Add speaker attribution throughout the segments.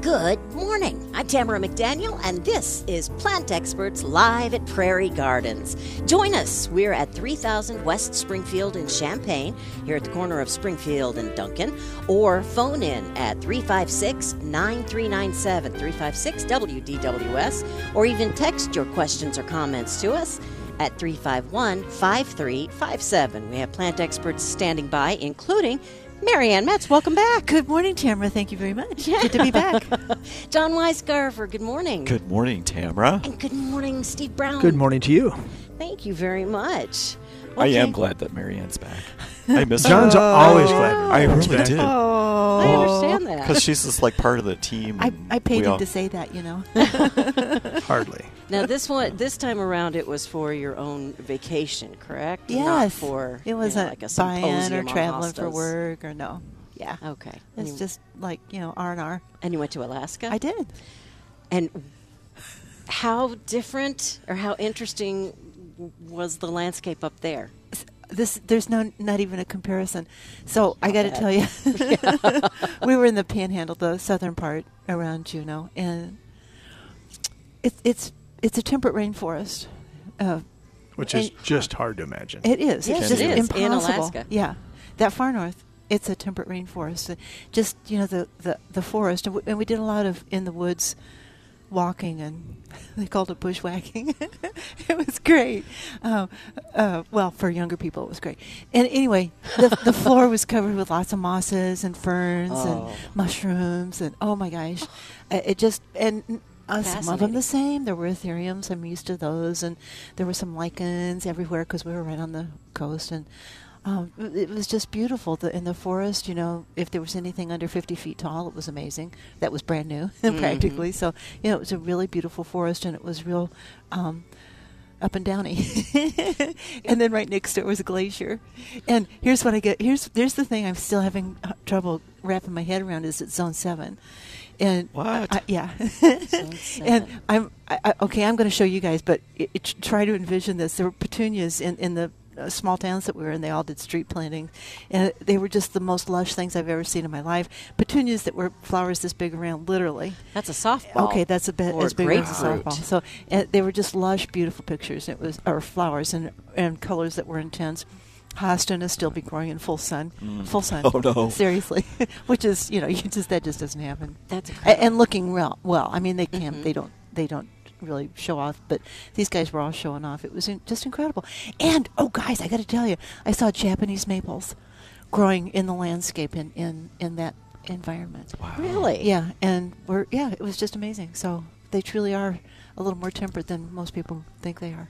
Speaker 1: Good morning. I'm Tamara McDaniel, and this is Plant Experts Live at Prairie Gardens. Join us. We're at 3000 West Springfield in Champaign, here at the corner of Springfield and Duncan, or phone in at 356 9397 356 WDWS, or even text your questions or comments to us at 351 5357. We have plant experts standing by, including Marianne Metz. Welcome back.
Speaker 2: Good morning, Tamara. Thank you very much. Good to be back.
Speaker 1: John Weisgarver, good morning.
Speaker 3: Good morning, Tamara.
Speaker 1: And good morning, Steve Brown.
Speaker 4: Good morning to you.
Speaker 1: Thank you very much.
Speaker 3: I am glad that Marianne's back. I miss
Speaker 4: John's Oh,
Speaker 3: her.
Speaker 4: always glad.
Speaker 3: I
Speaker 4: Marianne's
Speaker 3: really
Speaker 4: back.
Speaker 3: did.
Speaker 1: I
Speaker 2: Oh,
Speaker 1: understand that.
Speaker 3: Because she's just like part of the team.
Speaker 2: I,
Speaker 3: and
Speaker 2: I paid
Speaker 3: we
Speaker 2: him
Speaker 3: all-
Speaker 2: to say that, you know.
Speaker 4: Hardly.
Speaker 1: Now this one, this time around, it was for your own vacation, correct? Not
Speaker 2: yes.
Speaker 1: for
Speaker 2: it was
Speaker 1: you know,
Speaker 2: a
Speaker 1: like a
Speaker 2: buy-in
Speaker 1: symposium Oh,
Speaker 2: or
Speaker 1: on
Speaker 2: traveling for
Speaker 1: hostas.
Speaker 2: work or no. Yeah.
Speaker 1: Okay. and
Speaker 2: It's
Speaker 1: you,
Speaker 2: just like, you know, R&R.
Speaker 1: and you went to Alaska.
Speaker 2: I did.
Speaker 1: And how different or how interesting was the landscape up there?
Speaker 2: s- this there's no not even a comparison. So I got to
Speaker 1: bad.
Speaker 2: tell you, we were in the Panhandle, the southern part around Juneau, and it's it's it's a temperate rainforest. Uh,
Speaker 4: Which is
Speaker 2: And-
Speaker 4: just hard to imagine.
Speaker 2: it is.
Speaker 1: Yes,
Speaker 2: it's
Speaker 3: it
Speaker 2: just
Speaker 3: is,
Speaker 1: in
Speaker 2: impossible.
Speaker 1: Alaska.
Speaker 2: Yeah, that far north, it's a temperate rainforest. Uh, Just you know the the the forest, and we, and we did a lot of in the woods walking and they called it bushwhacking it was great um, uh, well for younger people it was great and anyway the, the floor was covered with lots of mosses and ferns
Speaker 1: Oh.
Speaker 2: and mushrooms and oh my gosh Uh, it just and uh, some of them
Speaker 1: Fascinating.
Speaker 2: the same there were ethereums i'm used to those and there were some lichens everywhere because we were right on the coast and um, it was just beautiful the, in the forest. You know, if there was anything under 50 feet tall, it was amazing. That was brand new, practically. So, you know, it was a really beautiful forest, and it was real um, up and downy. and then right next to it was a glacier. And here's what I get. Here's here's the thing I'm still having uh, trouble wrapping my head around is it's zone seven. And
Speaker 3: What?
Speaker 2: I- I- yeah. and
Speaker 1: seven.
Speaker 2: I'm I, I, okay. I'm going to show you guys, but it, it, try to envision this. There were petunias in in the uh, small towns that we were in. They all did street planting, and they were just the most lush things I've ever seen in my life. Petunias that were flowers this big around, literally.
Speaker 1: That's a softball.
Speaker 2: Okay, that's a bit
Speaker 1: or
Speaker 2: as big
Speaker 1: grapefruit.
Speaker 2: as a softball. So and they were just lush, beautiful pictures. It was or flowers and and colors that were intense. Hostin is still be growing in full sun,
Speaker 1: Mm.
Speaker 2: full sun.
Speaker 3: Oh, no.
Speaker 2: Seriously, which is you know you just that just doesn't happen.
Speaker 1: That's
Speaker 2: A- and looking well. Well, I mean they can't. They don't. They don't really show off. But these guys were all showing off. It was in, just incredible. And oh, guys, I got to tell you, I saw Japanese maples growing in the landscape in in in that environment.
Speaker 1: Really?
Speaker 2: Yeah, and we're yeah, it was just amazing. So they truly are a little more temperate than most people think they are.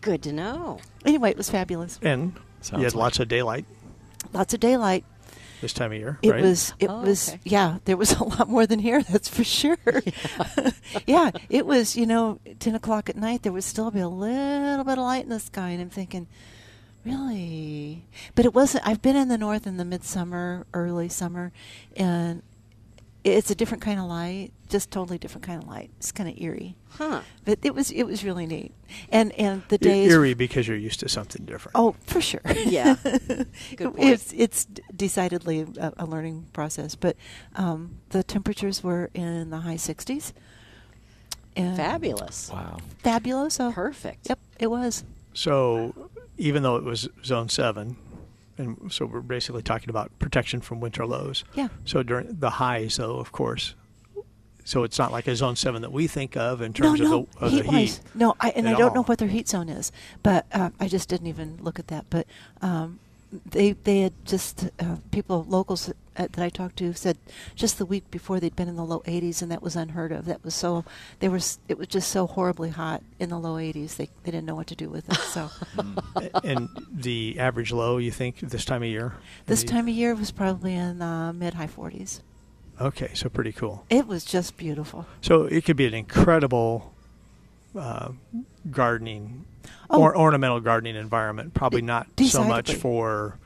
Speaker 1: Good to know.
Speaker 2: Anyway, it was fabulous.
Speaker 4: And
Speaker 3: Sounds
Speaker 4: you had
Speaker 3: like-
Speaker 4: lots of daylight
Speaker 2: Lots of daylight.
Speaker 4: this time of year,
Speaker 2: It
Speaker 4: right?
Speaker 2: was it
Speaker 1: Oh,
Speaker 2: was
Speaker 1: okay.
Speaker 2: yeah, there was a lot more than here, that's for sure. Yeah. it was, you know, ten o'clock at night there would still be a little bit of light in the sky and I'm thinking, Really? But it wasn't I've been in the north in the midsummer, early summer and it's a different kind of light, just totally different kind of light. It's kinda eerie.
Speaker 1: Huh.
Speaker 2: But it was it was really neat, and and the
Speaker 4: E-
Speaker 2: days.
Speaker 4: eerie because you're used to something different.
Speaker 2: Oh, for sure.
Speaker 1: Yeah. Good point.
Speaker 2: It's it's d- decidedly a, a learning process, but um, the temperatures were in the high sixties.
Speaker 1: Fabulous.
Speaker 3: Wow.
Speaker 2: Fabuloso.
Speaker 1: Perfect.
Speaker 2: Yep, it was.
Speaker 4: So even though it was zone seven, and so we're basically talking about protection from winter lows.
Speaker 2: Yeah.
Speaker 4: So during the highs, though, of course. So it's not like a zone seven that we think of
Speaker 2: No,
Speaker 4: in terms
Speaker 2: no,
Speaker 4: of the, of
Speaker 2: heat
Speaker 4: the
Speaker 2: wise.
Speaker 4: heat.
Speaker 2: No, I, and
Speaker 4: at
Speaker 2: I don't know
Speaker 4: all.
Speaker 2: what their heat zone is, but uh, I just didn't even look at that. But um, they they had just uh, people locals uh, that I talked to said just the week before they'd been in the low 80s, and that was unheard of. That was so they were s- it was just so horribly hot in the low 80s. They they didn't know what to do with it. So
Speaker 4: and the average low, you think this time of year?
Speaker 2: this
Speaker 4: The-
Speaker 2: time of year was probably in uh, mid high 40s.
Speaker 4: Okay, so pretty cool.
Speaker 2: It was just beautiful.
Speaker 4: So it could be an incredible uh, gardening
Speaker 2: Oh. E,
Speaker 4: or ornamental gardening environment. Probably not so much
Speaker 2: decidedly.
Speaker 4: for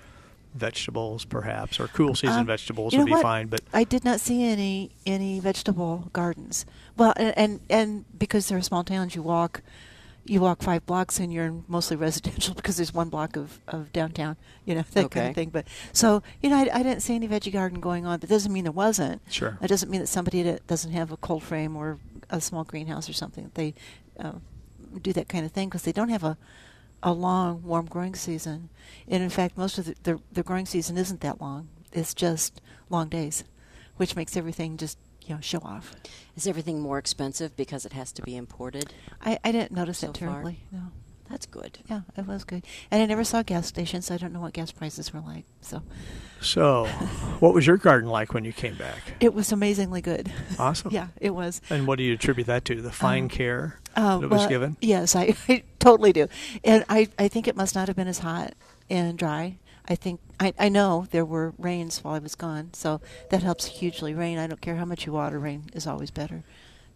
Speaker 4: vegetables, perhaps, or cool season
Speaker 2: Um,
Speaker 4: vegetables
Speaker 2: you
Speaker 4: would
Speaker 2: know
Speaker 4: be
Speaker 2: what?
Speaker 4: fine. But
Speaker 2: I did not see any any vegetable gardens. Well, and and, and because they're small towns, you walk, you walk five blocks and you're in mostly residential because there's one block of, of downtown, you know, that kind
Speaker 1: Okay.
Speaker 2: of thing. But so, you know, I, I didn't see any veggie garden going on, but that doesn't mean there wasn't.
Speaker 4: Sure.
Speaker 2: It doesn't mean that somebody that doesn't have a cold frame or a small greenhouse or something, they uh, do that kind of thing because they don't have a, a long, warm growing season. And in fact, most of the, the, the growing season isn't that long, it's just long days, which makes everything just, you know, show off.
Speaker 1: Is everything more expensive because it has to be imported?
Speaker 2: I, I didn't notice
Speaker 1: So
Speaker 2: it
Speaker 1: far.
Speaker 2: terribly. No.
Speaker 1: That's good.
Speaker 2: Yeah, it was good. And I never saw gas stations, so I don't know what gas prices were like. So
Speaker 4: So, what was your garden like when you came back?
Speaker 2: it was amazingly good.
Speaker 4: Awesome.
Speaker 2: yeah, it was.
Speaker 4: and what do you attribute that to? The fine
Speaker 2: Um,
Speaker 4: care
Speaker 2: Uh,
Speaker 4: that was
Speaker 2: well,
Speaker 4: given?
Speaker 2: Yes, I, I totally do. And I, I think it must not have been as hot and dry. I think I, I know there were rains while I was gone, so that helps hugely. Rain, I don't care how much you water, rain is always better.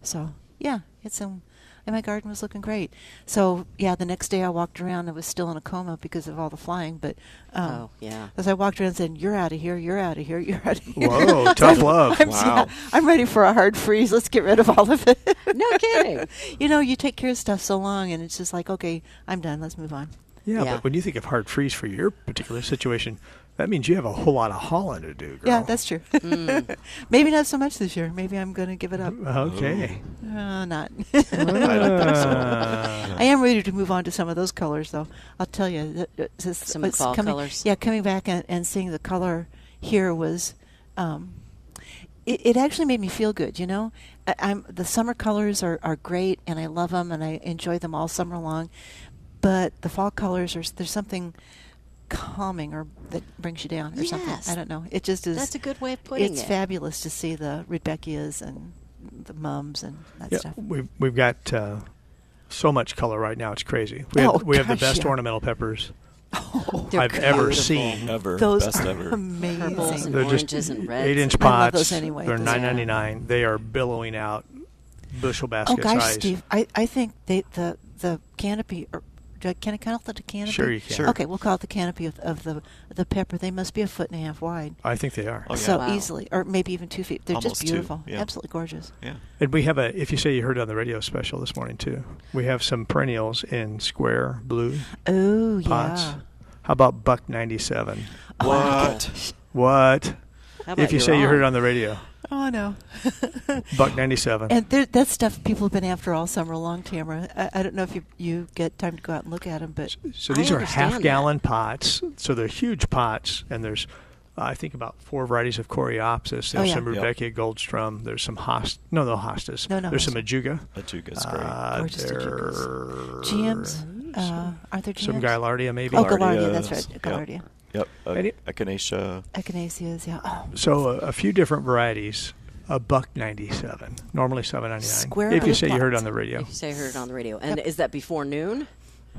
Speaker 2: So yeah, it's um, and my garden was looking great. So yeah, the next day I walked around. I was still in a coma because of all the flying, but um,
Speaker 1: Oh, yeah.
Speaker 2: As I walked around, and said, "You're out of here. You're out of here. You're out of here."
Speaker 4: Whoa, tough love.
Speaker 2: I'm,
Speaker 3: Wow.
Speaker 2: I'm ready for a hard freeze. Let's get rid of all of it.
Speaker 1: No kidding.
Speaker 2: you know, you take care of stuff so long, and it's just like, okay, I'm done. Let's move on.
Speaker 4: Yeah,
Speaker 1: Yeah.
Speaker 4: but when you think of hard freeze for your particular situation, that means you have a whole lot of hauling to do, girl.
Speaker 2: Yeah, that's true.
Speaker 1: Mm.
Speaker 2: Maybe not so much this year. Maybe I'm going to give it up.
Speaker 4: Okay.
Speaker 2: Uh, not.
Speaker 3: I don't think so.
Speaker 4: Ah.
Speaker 2: I am ready to move on to some of those colors, though. I'll tell you, th- th- this,
Speaker 1: Some of the
Speaker 2: what's
Speaker 1: fall
Speaker 2: coming,
Speaker 1: colors.
Speaker 2: Yeah, coming back and, and seeing the color here was, um, it, it actually made me feel good. You know, I, I'm the summer colors are, are great, and I love them, and I enjoy them all summer long. But the fall colors are s- there's something calming or that brings you down or
Speaker 1: Yes.
Speaker 2: something. I don't know. It just is.
Speaker 1: That's a good way of putting
Speaker 2: It's
Speaker 1: it.
Speaker 2: fabulous to see the Rudbeckias and the mums and that
Speaker 4: Yeah,
Speaker 2: stuff.
Speaker 4: we've we've got uh, so much color right now. It's crazy. We
Speaker 2: Oh,
Speaker 4: have, we have the
Speaker 2: gosh,
Speaker 4: best
Speaker 2: yeah.
Speaker 4: ornamental peppers
Speaker 2: Oh,
Speaker 1: They're
Speaker 4: I've ever
Speaker 1: beautiful.
Speaker 4: seen.
Speaker 3: Ever.
Speaker 2: Those
Speaker 3: Best
Speaker 2: are
Speaker 3: ever.
Speaker 1: Purples
Speaker 2: amazing.
Speaker 1: and
Speaker 4: They're just
Speaker 1: oranges and reds.
Speaker 4: eight inch
Speaker 2: I love
Speaker 4: pots.
Speaker 2: those anyway.
Speaker 4: They're
Speaker 2: Yeah.
Speaker 4: nine ninety nine. They are billowing out bushel
Speaker 2: oh
Speaker 4: basket
Speaker 2: gosh,
Speaker 4: size.
Speaker 2: Steve, I, I think they, the the canopy. Or, do I, can I call it the canopy?
Speaker 4: Sure you can.
Speaker 3: Sure.
Speaker 2: Okay, we'll call it the canopy of, of the the pepper. They must be a foot and a half wide.
Speaker 4: I think they are.
Speaker 3: Oh, yeah.
Speaker 2: So
Speaker 1: Wow.
Speaker 2: easily, or maybe even two feet. They're
Speaker 3: Almost
Speaker 2: just
Speaker 3: two,
Speaker 2: beautiful,
Speaker 3: yeah.
Speaker 2: absolutely gorgeous.
Speaker 3: Yeah.
Speaker 4: And we have a. If you say you heard it on the radio special this morning too, we have some perennials in square blue
Speaker 2: Oh yeah.
Speaker 4: pots. How about buck ninety seven?
Speaker 2: Oh, my
Speaker 3: What?
Speaker 2: gosh.
Speaker 4: What?
Speaker 1: How about
Speaker 4: If you
Speaker 1: you're
Speaker 4: say you heard it
Speaker 1: wrong?
Speaker 4: on the radio,
Speaker 2: Oh no.
Speaker 4: buck ninety seven.
Speaker 2: And there, that's stuff people have been after all summer long, Tamara. I, I don't know if you you get time to go out and look at them, but
Speaker 4: So
Speaker 1: I
Speaker 4: these are
Speaker 1: understand that.
Speaker 4: half gallon pots. So they're huge pots, and there's, uh, I think, about four varieties of Coreopsis. There's
Speaker 2: Oh, yeah.
Speaker 4: some
Speaker 3: Yep.
Speaker 4: Rudbeckia Goldstrom. There's some host. No, no hostas.
Speaker 2: No, no,
Speaker 4: There's some
Speaker 2: hostas.
Speaker 4: Ajuga.
Speaker 3: Ajuga's great.
Speaker 4: Uh,
Speaker 2: Gorgeous Ajugas.
Speaker 4: there's
Speaker 2: GMs, uh, are there GMs?
Speaker 4: Some Gylardia maybe.
Speaker 2: Oh,
Speaker 4: uh,
Speaker 2: Galardia, that's right,
Speaker 3: Galardias. Yep.
Speaker 2: Galardia.
Speaker 3: Yep. Uh,
Speaker 4: Any-
Speaker 3: Echinacea.
Speaker 2: Echinaceas, yeah. Oh,
Speaker 4: So uh, a, a few different varieties. A buck ninety-seven. Normally seven ninety-nine.
Speaker 2: Square
Speaker 4: if you
Speaker 2: blue
Speaker 4: say you heard it
Speaker 2: pots.
Speaker 4: on the radio.
Speaker 1: If you say you heard it on the radio. And is that before noon?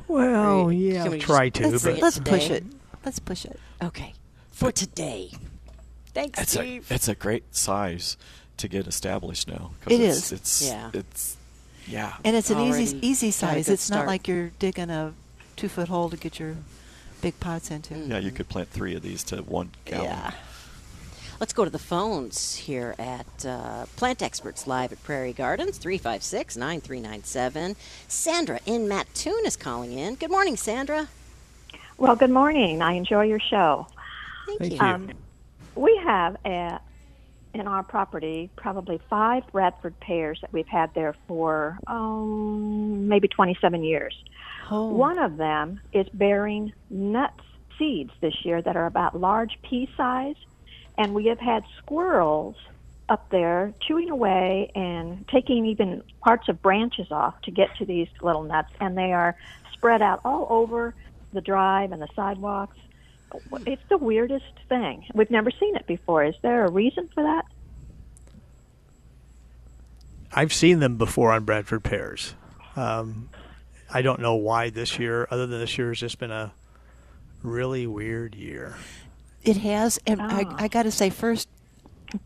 Speaker 4: Well,
Speaker 1: Or you- can
Speaker 4: yeah,
Speaker 1: we
Speaker 4: I'll
Speaker 1: just-
Speaker 4: try to.
Speaker 2: let's,
Speaker 4: but
Speaker 2: let's push
Speaker 1: Today.
Speaker 2: it. Let's push it.
Speaker 1: Okay. For today. Thanks,
Speaker 3: It's a,
Speaker 1: Steve.
Speaker 3: it's a great size to get established now. 'cause
Speaker 2: It
Speaker 3: it's,
Speaker 2: is.
Speaker 3: It's,
Speaker 1: Yeah.
Speaker 3: It's, yeah.
Speaker 2: And it's an
Speaker 1: Already
Speaker 2: easy easy
Speaker 1: got a
Speaker 2: size.
Speaker 1: good
Speaker 2: It's
Speaker 1: start.
Speaker 2: not like you're digging a two foot hole to get your big pots into.
Speaker 1: Mm.
Speaker 3: yeah, you could plant three of these to one gallon.
Speaker 2: Yeah.
Speaker 1: Let's go to the phones here at uh, Plant Experts Live at Prairie Gardens, 356 9397. Sandra in Mattoon is calling in. Good morning, Sandra.
Speaker 5: Well, good morning. I enjoy your show.
Speaker 1: Thank,
Speaker 4: Thank
Speaker 1: you. Ah,
Speaker 4: you.
Speaker 5: Um, we have a, in our property probably five Radford pears that we've had there for um, maybe 27 years.
Speaker 2: Oh,
Speaker 5: One of them is bearing nuts seeds this year that are about large pea size, and we have had squirrels up there chewing away and taking even parts of branches off to get to these little nuts, and they are spread out all over the drive and the sidewalks. It's the weirdest thing. We've never seen it before. Is there a reason for that?
Speaker 4: I've seen them before on Bradford pears. Um, I don't know why this year, other than this year has just been a really weird year.
Speaker 2: it has. And
Speaker 5: Ah.
Speaker 2: I, I got to say first,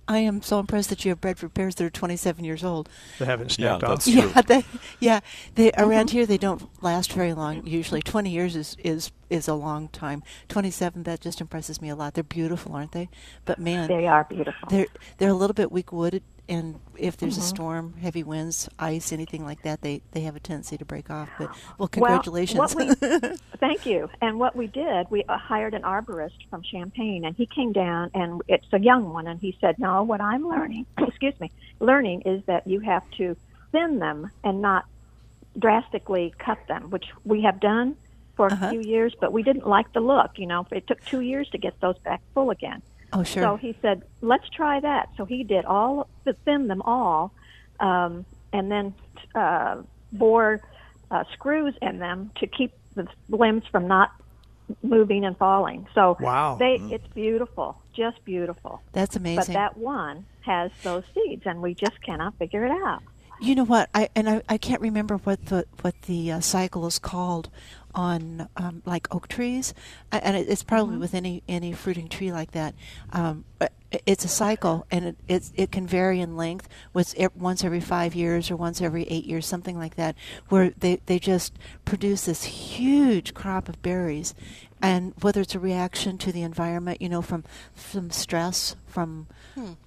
Speaker 2: I am so impressed that you have Bradford pears that are 27 years old.
Speaker 4: They haven't snapped
Speaker 3: Yeah,
Speaker 4: off.
Speaker 3: that's- True.
Speaker 2: Yeah, they, yeah. They
Speaker 5: Mm-hmm.
Speaker 2: around here they don't last very long. Usually, twenty years is is is a long time. Twenty seven that just impresses me a lot. They're beautiful, aren't they? But man,
Speaker 5: They are beautiful.
Speaker 2: they're they're a little bit weak wooded and if there's
Speaker 5: Mm-hmm.
Speaker 2: a storm, heavy winds, ice, anything like that, they, they have a tendency to break off. But well, congratulations.
Speaker 5: Well, what we, thank you. And what we did, we uh, hired an arborist from Champaign, and he came down, and it's a young one, and he said, "No, what I'm learning, excuse me, learning is that you have to thin them and not drastically cut them, which we have done for a few years, but we didn't like the look. You know, it took two years to get those back full again.
Speaker 2: oh, sure.
Speaker 5: So he said, "Let's try that." So he did all thin them all, um, and then uh, bore uh, screws in them to keep the limbs from not moving and falling. So
Speaker 4: Wow.
Speaker 5: they it's beautiful, just beautiful.
Speaker 2: That's
Speaker 5: But
Speaker 2: Mm. amazing.
Speaker 5: that one has those seeds, and we just cannot figure it out.
Speaker 2: You know what? I and I, I can't remember what the what the uh, cycle is called on um, like oak trees, I, and it, it's probably with any any fruiting tree like that. Um, but i- it's a cycle, and it it's, it can vary in length. Was e- once every five years or once every eight years, something like that, where they they just produce this huge crop of berries, and whether it's a reaction to the environment, you know, from from stress, from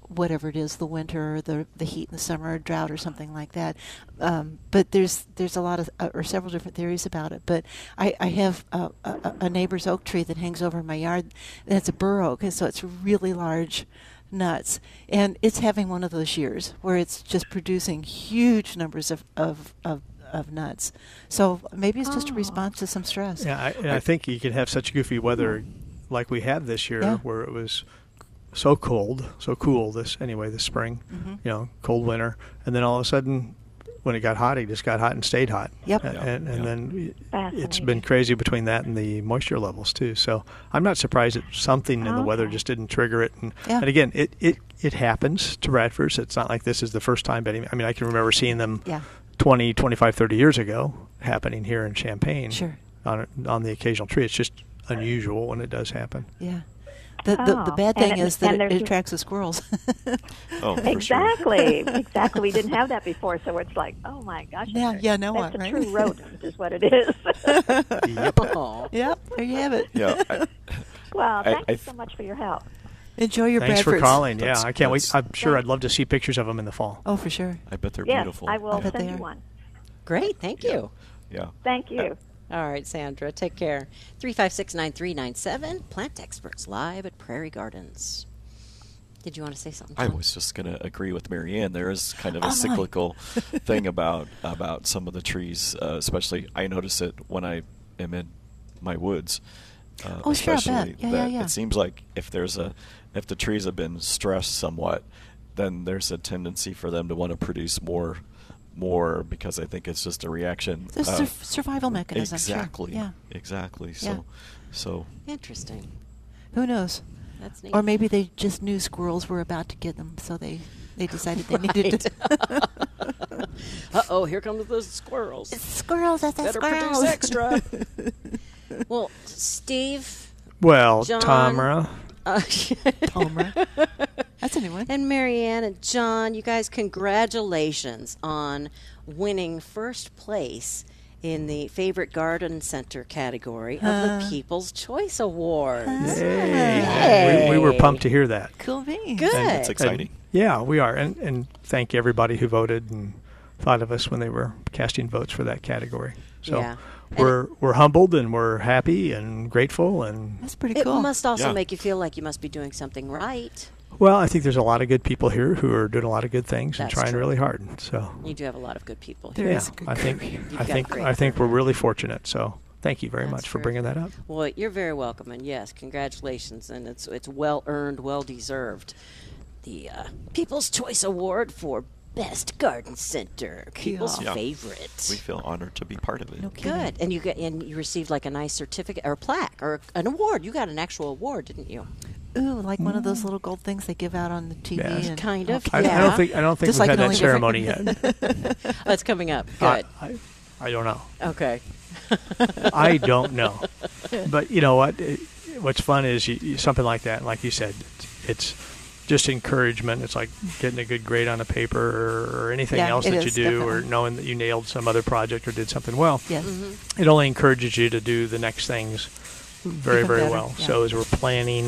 Speaker 2: whatever it is, the winter, the the heat in the summer, drought, or something like that. Um, but there's there's a lot of uh, or several different theories about it. But I, I have a, a, a neighbor's oak tree that hangs over my yard. That's a bur oak, and so it's really large nuts and it's having one of those years where it's just producing huge numbers of of, of of nuts so maybe it's just a response to some stress
Speaker 4: Yeah, I, and I think you can have such goofy weather like we had this year,
Speaker 2: Yeah.
Speaker 4: where it was so cold, so cool this anyway this spring,
Speaker 2: Mm-hmm.
Speaker 4: you know, cold winter, and then all of a sudden, when it got hot, it just got hot and stayed hot.
Speaker 2: Yep.
Speaker 4: A-
Speaker 2: Yeah,
Speaker 4: And, and
Speaker 3: yeah.
Speaker 4: then it- it's
Speaker 5: Fascinating.
Speaker 4: been crazy between that and the moisture levels too. So I'm not surprised that something in the weather
Speaker 5: Okay.
Speaker 4: just didn't trigger it. And,
Speaker 2: Oh, Yeah.
Speaker 4: and again, it, it it happens to Bradford's. It's not like this is the first time. But I mean, I can remember seeing them
Speaker 2: Yeah.
Speaker 4: 20, 25, 30 years ago happening here in Champaign
Speaker 2: Sure.
Speaker 4: on on the occasional tree. It's just unusual when it does happen.
Speaker 2: yeah the, the, the
Speaker 5: Oh,
Speaker 2: bad
Speaker 5: and
Speaker 2: thing
Speaker 5: it-
Speaker 2: is that
Speaker 5: and
Speaker 2: it, it
Speaker 5: there's-
Speaker 2: attracts the squirrels
Speaker 3: Oh, for sure.
Speaker 5: Exactly, exactly. We didn't have that before, so it's like, oh my gosh.
Speaker 2: Yeah, yeah, now
Speaker 5: that's
Speaker 2: what,
Speaker 5: a
Speaker 2: right?
Speaker 5: true rodent, is what it is.
Speaker 1: Oh.
Speaker 2: Yep, there you have it.
Speaker 3: Yeah. I,
Speaker 5: well,
Speaker 3: I-
Speaker 5: thank
Speaker 3: I
Speaker 5: you
Speaker 3: th-
Speaker 5: so much for your help.
Speaker 2: Enjoy your
Speaker 4: Thanks for
Speaker 2: Bradfords.
Speaker 4: calling. Yeah,
Speaker 3: That's-
Speaker 4: I can't wait.
Speaker 3: that's-
Speaker 4: I'm sure I'd love to see pictures of them in the fall.
Speaker 2: Oh, for sure.
Speaker 3: I bet they're
Speaker 5: yes,
Speaker 3: beautiful.
Speaker 5: I will
Speaker 3: Yeah.
Speaker 2: they
Speaker 5: send you
Speaker 2: are.
Speaker 5: one.
Speaker 1: Great, thank you.
Speaker 3: yeah.
Speaker 5: Thank you.
Speaker 1: All right, Sandra, take care. 356 9397, Plant Experts Live at Prairie Gardens. Did you want to say something?
Speaker 3: I
Speaker 1: Tom?
Speaker 3: was just going to agree with Marianne. There is kind of
Speaker 2: Mm-hmm. Oh,
Speaker 3: a
Speaker 2: my.
Speaker 3: cyclical thing about about some of the trees, uh, especially I notice it when I am in my woods. Uh,
Speaker 2: Oh, sure, I bet.
Speaker 3: especially
Speaker 2: Yeah, yeah,
Speaker 3: that
Speaker 2: yeah.
Speaker 3: It seems like if there's a if the trees have been stressed somewhat, then there's a tendency for them to want to produce more more because I think it's just a reaction.
Speaker 2: The
Speaker 3: uh,
Speaker 2: sur- survival mechanism. sure.
Speaker 3: Exactly.
Speaker 2: Yeah.
Speaker 3: Exactly. So
Speaker 2: Yeah.
Speaker 3: so
Speaker 1: Interesting.
Speaker 2: Who knows?
Speaker 1: That's neat.
Speaker 2: Or maybe they just knew squirrels were about to get them, so they, they decided they needed to.
Speaker 1: uh oh, here comes the squirrels.
Speaker 2: squirrels, that's
Speaker 1: Better
Speaker 2: squirrels.
Speaker 1: produce extra. well, Steve
Speaker 4: Well,
Speaker 1: John.
Speaker 4: Tamara,
Speaker 1: uh,
Speaker 2: Palmer. That's a new one.
Speaker 1: and Marianne and John, you guys, congratulations on winning first place in the Favorite Garden Center category of the People's Choice Awards.
Speaker 4: hey, we, we were pumped to hear that.
Speaker 2: Cool beans.
Speaker 1: Good.
Speaker 3: it's exciting.
Speaker 4: Yeah, we are, and and thank everybody who voted and thought of us when they were casting votes for that category. So
Speaker 1: Yeah.
Speaker 4: we're we're humbled and we're happy and grateful and
Speaker 2: That's pretty
Speaker 1: It
Speaker 2: cool.
Speaker 1: must also
Speaker 3: Yeah.
Speaker 1: make you feel like you must be doing something right.
Speaker 4: Well, I think there's a lot of good people here who are doing a lot of good things and
Speaker 1: That's
Speaker 4: trying
Speaker 1: true.
Speaker 4: really hard. So
Speaker 1: You do have a lot of good people here.
Speaker 2: There
Speaker 4: yeah,
Speaker 2: is a good
Speaker 4: I think
Speaker 2: career.
Speaker 1: You've
Speaker 4: I
Speaker 1: got a
Speaker 4: think
Speaker 1: great
Speaker 4: I think we're really fortunate. So thank you very
Speaker 1: That's
Speaker 4: much for
Speaker 1: true.
Speaker 4: bringing that up.
Speaker 1: Well, you're very welcome, and yes, congratulations, and it's it's well earned, well deserved. The uh, People's Choice Award for Best Garden Center, people's
Speaker 3: Yeah.
Speaker 1: favorite.
Speaker 3: We feel honored to be part of it.
Speaker 1: Good, and you get and you received like a nice certificate or a plaque or an award. You got an actual award, didn't you?
Speaker 2: Ooh, like one of those little gold things they give out on the TV.
Speaker 4: Yes.
Speaker 2: and-
Speaker 1: Kind of.
Speaker 4: I, I
Speaker 1: Yeah.
Speaker 4: don't think I don't think
Speaker 2: Just
Speaker 4: we've
Speaker 2: like in
Speaker 4: had that
Speaker 2: only
Speaker 4: ceremony
Speaker 2: different-
Speaker 4: yet.
Speaker 2: Oh,
Speaker 1: That's coming up.
Speaker 4: I,
Speaker 1: Good.
Speaker 4: I, I don't know.
Speaker 1: okay.
Speaker 4: I don't know. But you know what? It, what's fun is you, you, something like that. Like you said, it's just encouragement. It's like getting a good grade on a paper or, or anything
Speaker 2: Yeah,
Speaker 4: else
Speaker 2: it
Speaker 4: that you
Speaker 2: is,
Speaker 4: do, or
Speaker 2: definitely.
Speaker 4: knowing that you nailed some other project or did something well.
Speaker 2: Yes.
Speaker 1: Mm-hmm.
Speaker 4: it only encourages you to do the next things very
Speaker 2: Even
Speaker 4: very
Speaker 2: better,
Speaker 4: well
Speaker 2: yeah.
Speaker 4: so as we're planning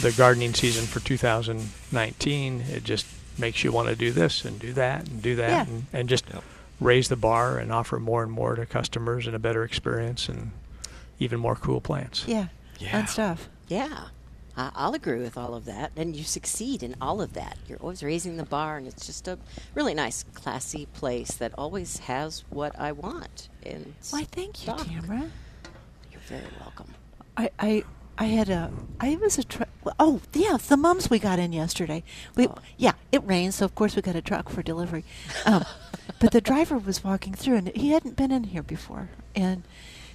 Speaker 4: the gardening season for 2019 it just makes you want to do this and do that and do that
Speaker 2: Yeah.
Speaker 4: and, and just
Speaker 3: Yep.
Speaker 4: raise the bar and offer more and more to customers and a better experience and even more cool plants.
Speaker 2: Yeah.
Speaker 3: Yeah.
Speaker 2: Fun stuff.
Speaker 1: Yeah, I- I'll agree with all of that. And you succeed in all of that. You're always raising the bar, and it's just a really nice, classy place that always has what I want. And
Speaker 2: Why, thank you,
Speaker 1: stock.
Speaker 2: Tamara.
Speaker 1: You're very welcome.
Speaker 2: I, I, I had a, I was a, tr- oh, yeah, the mums we got in yesterday. We,
Speaker 1: Oh.
Speaker 2: Yeah, it rained, so of course we got a truck for delivery. Um, but the driver was walking through, and he hadn't been in here before. And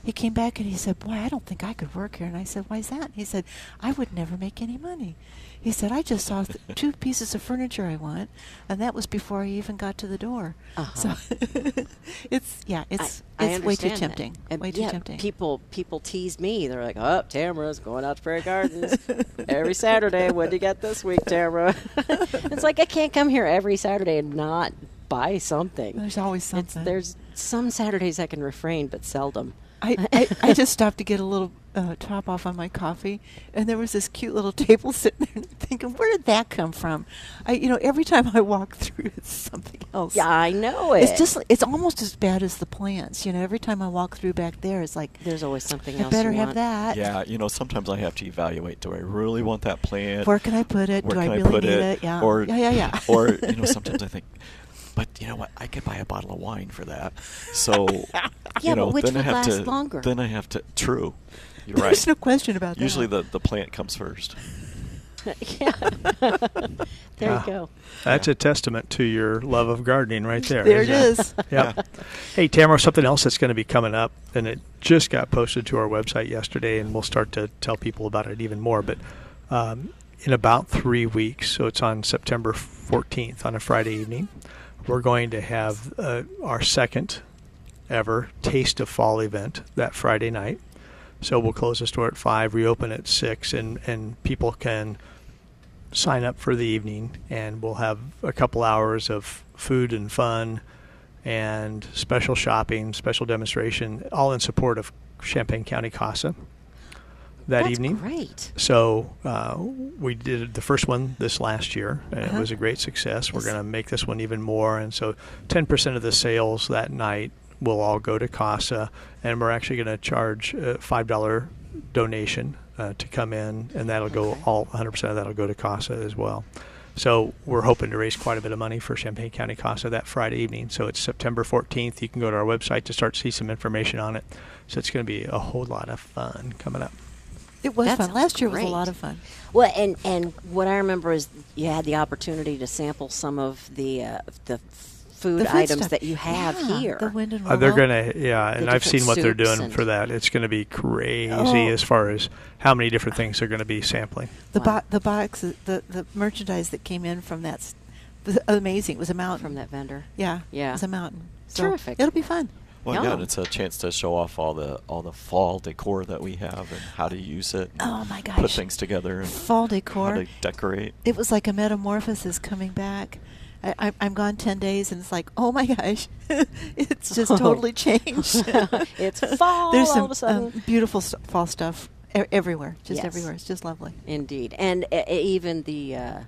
Speaker 2: he came back and he said, Boy, I don't think I could work here. And I said, Why is that? He said, I would never make any money. He said, I just saw th- two pieces of furniture I want, and that was before I even got to the door.
Speaker 1: Uh-huh.
Speaker 2: So it's, yeah,
Speaker 1: I-
Speaker 2: it's,
Speaker 1: I
Speaker 2: it's way too
Speaker 1: understand that.
Speaker 2: tempting.
Speaker 1: And
Speaker 2: way too
Speaker 1: yeah,
Speaker 2: tempting.
Speaker 1: People people tease me. They're like, "Oh, Tamara's going out to Prairie Gardens every Saturday. What do you got this week, Tamara?" it's like I can't come here every Saturday and not buy something.
Speaker 2: There's always
Speaker 1: It's-
Speaker 2: something.
Speaker 1: there's some Saturdays I can refrain, but seldom.
Speaker 2: I, I, I just stopped to get a little uh, top off on my coffee, and there was this cute little table sitting there. And I'm thinking, where did that come from? I, you know, every time I walk through, it's something else.
Speaker 1: Yeah, I know it.
Speaker 2: it's just it's almost as bad as the plants. You know, every time I walk through back there, it's like
Speaker 1: There's always something
Speaker 2: I
Speaker 1: else
Speaker 2: better
Speaker 1: you
Speaker 2: have
Speaker 1: want.
Speaker 2: that.
Speaker 3: Yeah, you know, sometimes I have to evaluate. Do I really want that plant?
Speaker 2: Where can I put it?
Speaker 3: Where
Speaker 2: Do I
Speaker 3: can
Speaker 2: really
Speaker 3: put
Speaker 2: need it? Yeah.
Speaker 3: Or,
Speaker 2: Yeah, yeah, yeah.
Speaker 3: or you know, sometimes I think, but you know what? I could buy a bottle of wine for that. So,
Speaker 2: Yeah,
Speaker 3: you
Speaker 1: but
Speaker 3: know,
Speaker 1: which
Speaker 3: then I
Speaker 1: would last
Speaker 3: have to.
Speaker 1: longer?
Speaker 3: Then I have to. True, you're
Speaker 2: There's
Speaker 3: right.
Speaker 2: no question about that.
Speaker 3: Usually, the the plant comes first.
Speaker 1: yeah. there
Speaker 4: Wow.
Speaker 1: you go.
Speaker 4: Ah. That's
Speaker 3: Yeah.
Speaker 4: a testament to your love of gardening right there.
Speaker 2: There it
Speaker 4: isn't
Speaker 2: is.
Speaker 4: Yep. Hey, Tamara, something else that's going to be coming up, and it just got posted to our website yesterday, and we'll start to tell people about it even more. But um, in about three weeks, so it's on September 14th on a Friday evening, we're going to have uh, our second ever Taste of Fall event that Friday night. So we'll close the store at five, reopen at six, and and people can sign up for the evening, and we'll have a couple hours of food and fun, and special shopping, special demonstration, all in support of Champaign County Casa that
Speaker 1: That's
Speaker 4: evening.
Speaker 1: Great.
Speaker 4: So uh, we did the first one this last year, and
Speaker 2: Uh-huh.
Speaker 4: it was a great success. We're
Speaker 2: Yes.
Speaker 4: going to make this one even more, and so 10% of the sales that night will all go to Casa, and we're actually going to charge a five dollar donation uh, to come in, and that'll go
Speaker 1: Okay.
Speaker 4: all 100% of that'll go to Casa as well. So we're hoping to raise quite a bit of money for Champaign County Casa that Friday evening. So it's September 14th. You can go to our website to start to see some information on it. So it's going to be a whole lot of fun coming up.
Speaker 2: It was
Speaker 1: That
Speaker 2: fun.
Speaker 1: sounds
Speaker 2: Last year was a
Speaker 1: great.
Speaker 2: lot of fun.
Speaker 1: Well, and and what I remember is you had the opportunity to sample some of the uh, the food,
Speaker 2: The food
Speaker 1: items
Speaker 2: stuff.
Speaker 1: that you have
Speaker 2: Yeah,
Speaker 1: here.
Speaker 2: The wind and
Speaker 4: Uh, they're
Speaker 2: willow.
Speaker 4: gonna, yeah, and
Speaker 1: different
Speaker 4: I've seen what they're
Speaker 1: soups
Speaker 4: doing
Speaker 1: and-
Speaker 4: for that. It's gonna be crazy
Speaker 1: Oh.
Speaker 4: as far as how many different things they're gonna be sampling.
Speaker 2: The
Speaker 1: Wow.
Speaker 2: bo- the box the the merchandise that came in from that s- was amazing. It was a mountain
Speaker 1: from that vendor.
Speaker 2: Yeah,
Speaker 1: Yeah.
Speaker 2: It was a mountain. So
Speaker 1: Terrific.
Speaker 2: It'll be fun.
Speaker 3: Well,
Speaker 1: Yum.
Speaker 3: yeah, and it's a chance to show off all the all the fall decor that we have and how to use it. and
Speaker 2: Oh my
Speaker 3: Put
Speaker 2: gosh.
Speaker 3: things together. And
Speaker 2: Fall decor.
Speaker 3: How to decorate.
Speaker 2: It was like a metamorphosis coming back. I, I, I'm gone ten days, and it's like, oh my gosh, it's just totally changed.
Speaker 1: It's fall
Speaker 2: There's
Speaker 1: all
Speaker 2: some
Speaker 1: of a sudden.
Speaker 2: um, beautiful st- fall stuff e- everywhere, just
Speaker 1: Yes.
Speaker 2: everywhere. It's just lovely.
Speaker 1: Indeed, and uh, even the, uh,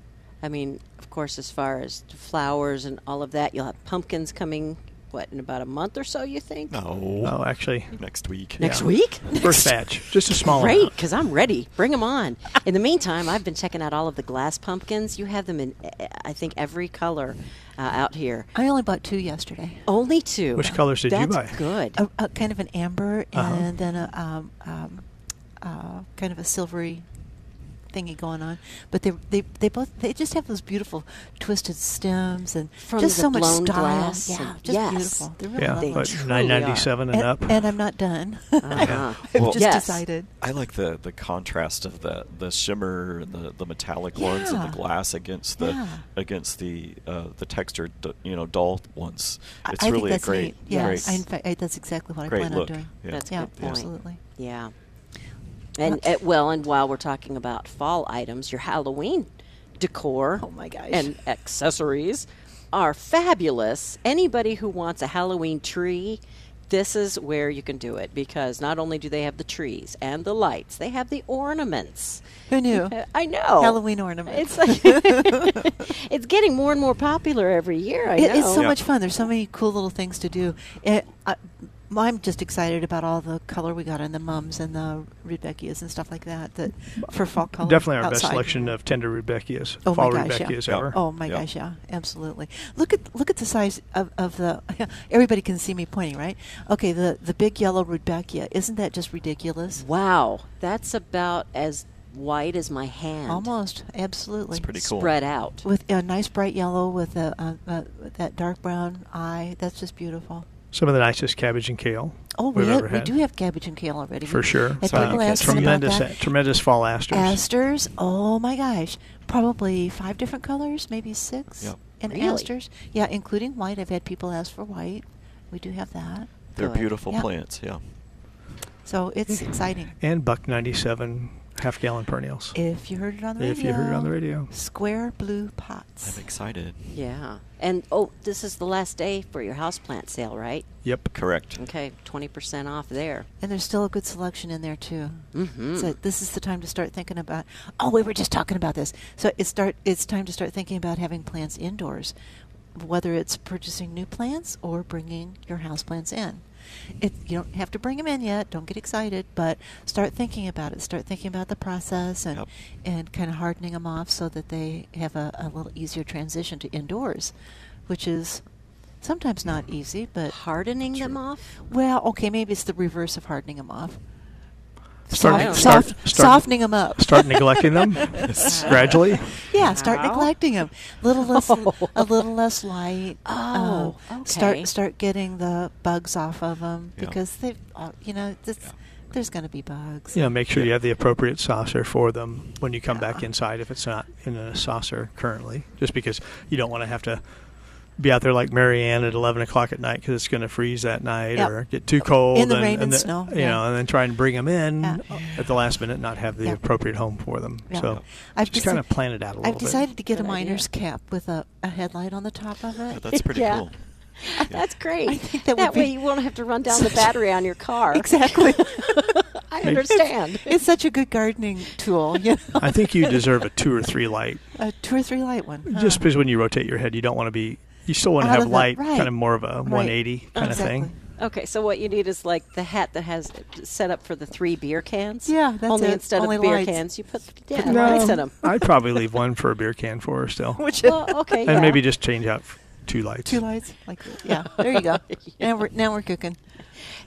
Speaker 1: I mean, of course, as far as flowers and all of that, you'll have pumpkins coming. What in about a month or so? You think?
Speaker 3: No.
Speaker 4: Oh, actually,
Speaker 3: Next week.
Speaker 1: Next
Speaker 4: yeah.
Speaker 1: week?
Speaker 4: first batch, just a small
Speaker 1: Great,
Speaker 4: amount.
Speaker 1: because I'm ready. Bring them on. In the meantime, I've been checking out all of the glass pumpkins. You have them in, uh, I think, every color uh, out here.
Speaker 2: I only bought two yesterday.
Speaker 1: Only two.
Speaker 4: Which colors did you
Speaker 1: That's
Speaker 4: buy?
Speaker 1: Good.
Speaker 2: a, a kind of an amber
Speaker 4: Uh-huh.
Speaker 2: and then a um, um, uh, kind of a silvery thingy going on. But they they they both they just have those beautiful twisted stems and
Speaker 1: From
Speaker 2: just
Speaker 1: the
Speaker 2: so much
Speaker 1: blown
Speaker 2: style.
Speaker 1: glass
Speaker 2: yeah,
Speaker 1: and-
Speaker 2: just
Speaker 1: yes.
Speaker 2: beautiful. They're really
Speaker 4: Yeah,
Speaker 2: lovely.
Speaker 1: They
Speaker 4: but
Speaker 1: truly
Speaker 4: nine ninety seven and
Speaker 2: and,
Speaker 4: up.
Speaker 2: and I'm not done.
Speaker 1: Uh-huh.
Speaker 2: I've
Speaker 3: Well-
Speaker 2: just
Speaker 1: Yes.
Speaker 2: decided.
Speaker 3: I like the, the contrast of the, the shimmer and the, the metallic ones and
Speaker 2: Yeah.
Speaker 3: the glass against the
Speaker 2: Yeah.
Speaker 3: against the uh, the textured d- you know dull ones.
Speaker 2: I-
Speaker 3: It's
Speaker 2: I
Speaker 3: really
Speaker 2: think that's
Speaker 3: a great
Speaker 2: neat. Yeah,
Speaker 3: great
Speaker 2: I, in fact, I, that's exactly what
Speaker 3: great
Speaker 2: I plan
Speaker 3: look.
Speaker 2: on doing.
Speaker 3: Yeah.
Speaker 1: That's a
Speaker 2: yeah,
Speaker 1: good point.
Speaker 2: absolutely.
Speaker 1: Yeah. And uh, well, and while we're talking about fall items, your Halloween decor
Speaker 2: Oh, my gosh.
Speaker 1: and accessories are fabulous. Anybody who wants a Halloween tree This is where you can do it because not only do they have the trees and the lights, they have the ornaments.
Speaker 2: Who knew?
Speaker 1: Uh, I know.
Speaker 2: Halloween ornaments.
Speaker 1: It's like it's getting more and more popular every year. I
Speaker 2: It-
Speaker 1: know.
Speaker 2: it's so
Speaker 3: Yeah.
Speaker 2: much fun. There's so many cool little things to do. It, I, I'm just excited about all the color we got in the mums and the rudbeckias and stuff like that. That for fall color,
Speaker 4: Definitely our best
Speaker 2: outside.
Speaker 4: selection of tender rudbeckias,
Speaker 2: Oh my
Speaker 4: fall
Speaker 2: gosh, yeah.
Speaker 4: rudbeckias
Speaker 3: Yeah.
Speaker 4: ever.
Speaker 2: Oh my
Speaker 3: Yeah.
Speaker 2: gosh, yeah, absolutely. Look at look at the size of, of the. Everybody can see me pointing, right? Okay, the the big yellow rudbeckia. Isn't that just ridiculous?
Speaker 1: Wow, that's about as wide as my hand.
Speaker 2: Almost, absolutely.
Speaker 3: It's pretty cool.
Speaker 1: spread out.
Speaker 2: With a nice bright yellow with a, uh, uh, that dark brown eye. That's just beautiful.
Speaker 4: Some of the nicest cabbage and kale.
Speaker 2: Oh, we,
Speaker 4: we've
Speaker 2: have,
Speaker 4: ever
Speaker 2: we
Speaker 4: had.
Speaker 2: do have cabbage and kale already.
Speaker 4: for sure.
Speaker 2: And people
Speaker 3: Uh,
Speaker 2: ask me about
Speaker 4: tremendous,
Speaker 2: that.
Speaker 4: tremendous fall asters.
Speaker 2: Asters, oh my gosh, probably five different colors, maybe six.
Speaker 3: Yep.
Speaker 2: And
Speaker 1: Really?
Speaker 2: asters, yeah, including white. I've had people ask for white. We do have that.
Speaker 3: They're
Speaker 1: Good.
Speaker 3: beautiful
Speaker 2: Yeah.
Speaker 3: plants. Yeah.
Speaker 2: So it's exciting.
Speaker 4: and buck ninety-seven half-gallon perennials.
Speaker 2: If you heard it on the
Speaker 4: If
Speaker 2: radio,
Speaker 4: you heard it on the radio.
Speaker 2: square blue pots.
Speaker 3: I'm excited.
Speaker 1: Yeah. And oh, this is the last day for your houseplant sale, right?
Speaker 4: Yep.
Speaker 3: Correct.
Speaker 1: Okay, 20% off there.
Speaker 2: And there's still a good selection in there too.
Speaker 1: Mhm.
Speaker 2: So this is the time to start thinking about. Oh, we were just talking about this. So it start. It's time to start thinking about having plants indoors, whether it's purchasing new plants or bringing your house plants in. It, you don't have to bring them in yet. Don't get excited, but start thinking about it. Start thinking about the process and
Speaker 3: Yep.
Speaker 2: and kind of hardening them off so that they have a, a little easier transition to indoors, which is sometimes not easy, but
Speaker 1: Hardening them off?
Speaker 2: well, okay, maybe it's the reverse of hardening them off.
Speaker 4: Start-
Speaker 1: I don't
Speaker 2: soft,
Speaker 1: know.
Speaker 4: start-
Speaker 2: softening them up.
Speaker 4: Start neglecting them gradually.
Speaker 2: Yeah, start
Speaker 1: Wow.
Speaker 2: neglecting them. Little less,
Speaker 1: Oh.
Speaker 2: a little less light. uh,
Speaker 1: Oh, okay.
Speaker 2: Start start getting the bugs off of them
Speaker 3: Yeah.
Speaker 2: because they, uh, you know, this,
Speaker 3: Yeah.
Speaker 2: there's going to be bugs.
Speaker 4: You know, make sure you have the appropriate saucer for them when you come back
Speaker 2: Yeah.
Speaker 4: inside if it's not in a saucer currently, just because you don't want to have to be out there like Marianne at 11 o'clock at night because it's going to freeze that night
Speaker 2: Yep.
Speaker 4: or get too cold.
Speaker 2: In the
Speaker 4: and,
Speaker 2: rain and
Speaker 4: the-
Speaker 2: snow,
Speaker 4: You
Speaker 2: yeah.
Speaker 4: know, and then try and bring them in
Speaker 2: Yeah.
Speaker 4: at the last minute, not have the
Speaker 2: Yeah.
Speaker 4: appropriate home for them.
Speaker 2: Yeah.
Speaker 4: So
Speaker 2: I've
Speaker 4: just
Speaker 2: deci-
Speaker 4: kind of plan it out a little
Speaker 2: I've decided
Speaker 4: bit.
Speaker 2: to get
Speaker 1: Good
Speaker 2: a
Speaker 1: idea.
Speaker 2: miner's cap with a, a headlight on the top of
Speaker 4: Oh,
Speaker 3: But
Speaker 2: it.
Speaker 3: that's pretty
Speaker 1: Yeah.
Speaker 3: cool.
Speaker 1: That's great.
Speaker 2: I think that would be-
Speaker 1: way you won't have to run down the battery on your car.
Speaker 2: Exactly.
Speaker 1: I
Speaker 4: Maybe-
Speaker 1: understand.
Speaker 2: It's such a good gardening tool. You know?
Speaker 4: I think you deserve a two or three light
Speaker 2: a two or three light one. huh?
Speaker 4: just because when you rotate your head, you don't want to be. You still want to
Speaker 2: Uh-huh. Out
Speaker 4: have
Speaker 2: of the-
Speaker 4: light,
Speaker 2: right.
Speaker 4: kind of more of a
Speaker 2: Right.
Speaker 4: 180 kind
Speaker 2: Exactly.
Speaker 4: of thing.
Speaker 1: Okay, so what you need is like the hat that has set up for the three beer cans.
Speaker 2: Yeah, that's
Speaker 1: only
Speaker 2: it.
Speaker 1: instead
Speaker 2: Only
Speaker 1: of beer
Speaker 2: lights.
Speaker 1: cans, you put yeah,
Speaker 2: the
Speaker 1: lights in them.
Speaker 4: I'd probably leave one for a beer can for her still,
Speaker 2: Which
Speaker 1: Well, okay,
Speaker 4: and
Speaker 1: yeah.
Speaker 4: maybe just change out f- two lights.
Speaker 2: two lights like that. yeah there you go
Speaker 1: Yeah.
Speaker 2: now we're now we're cooking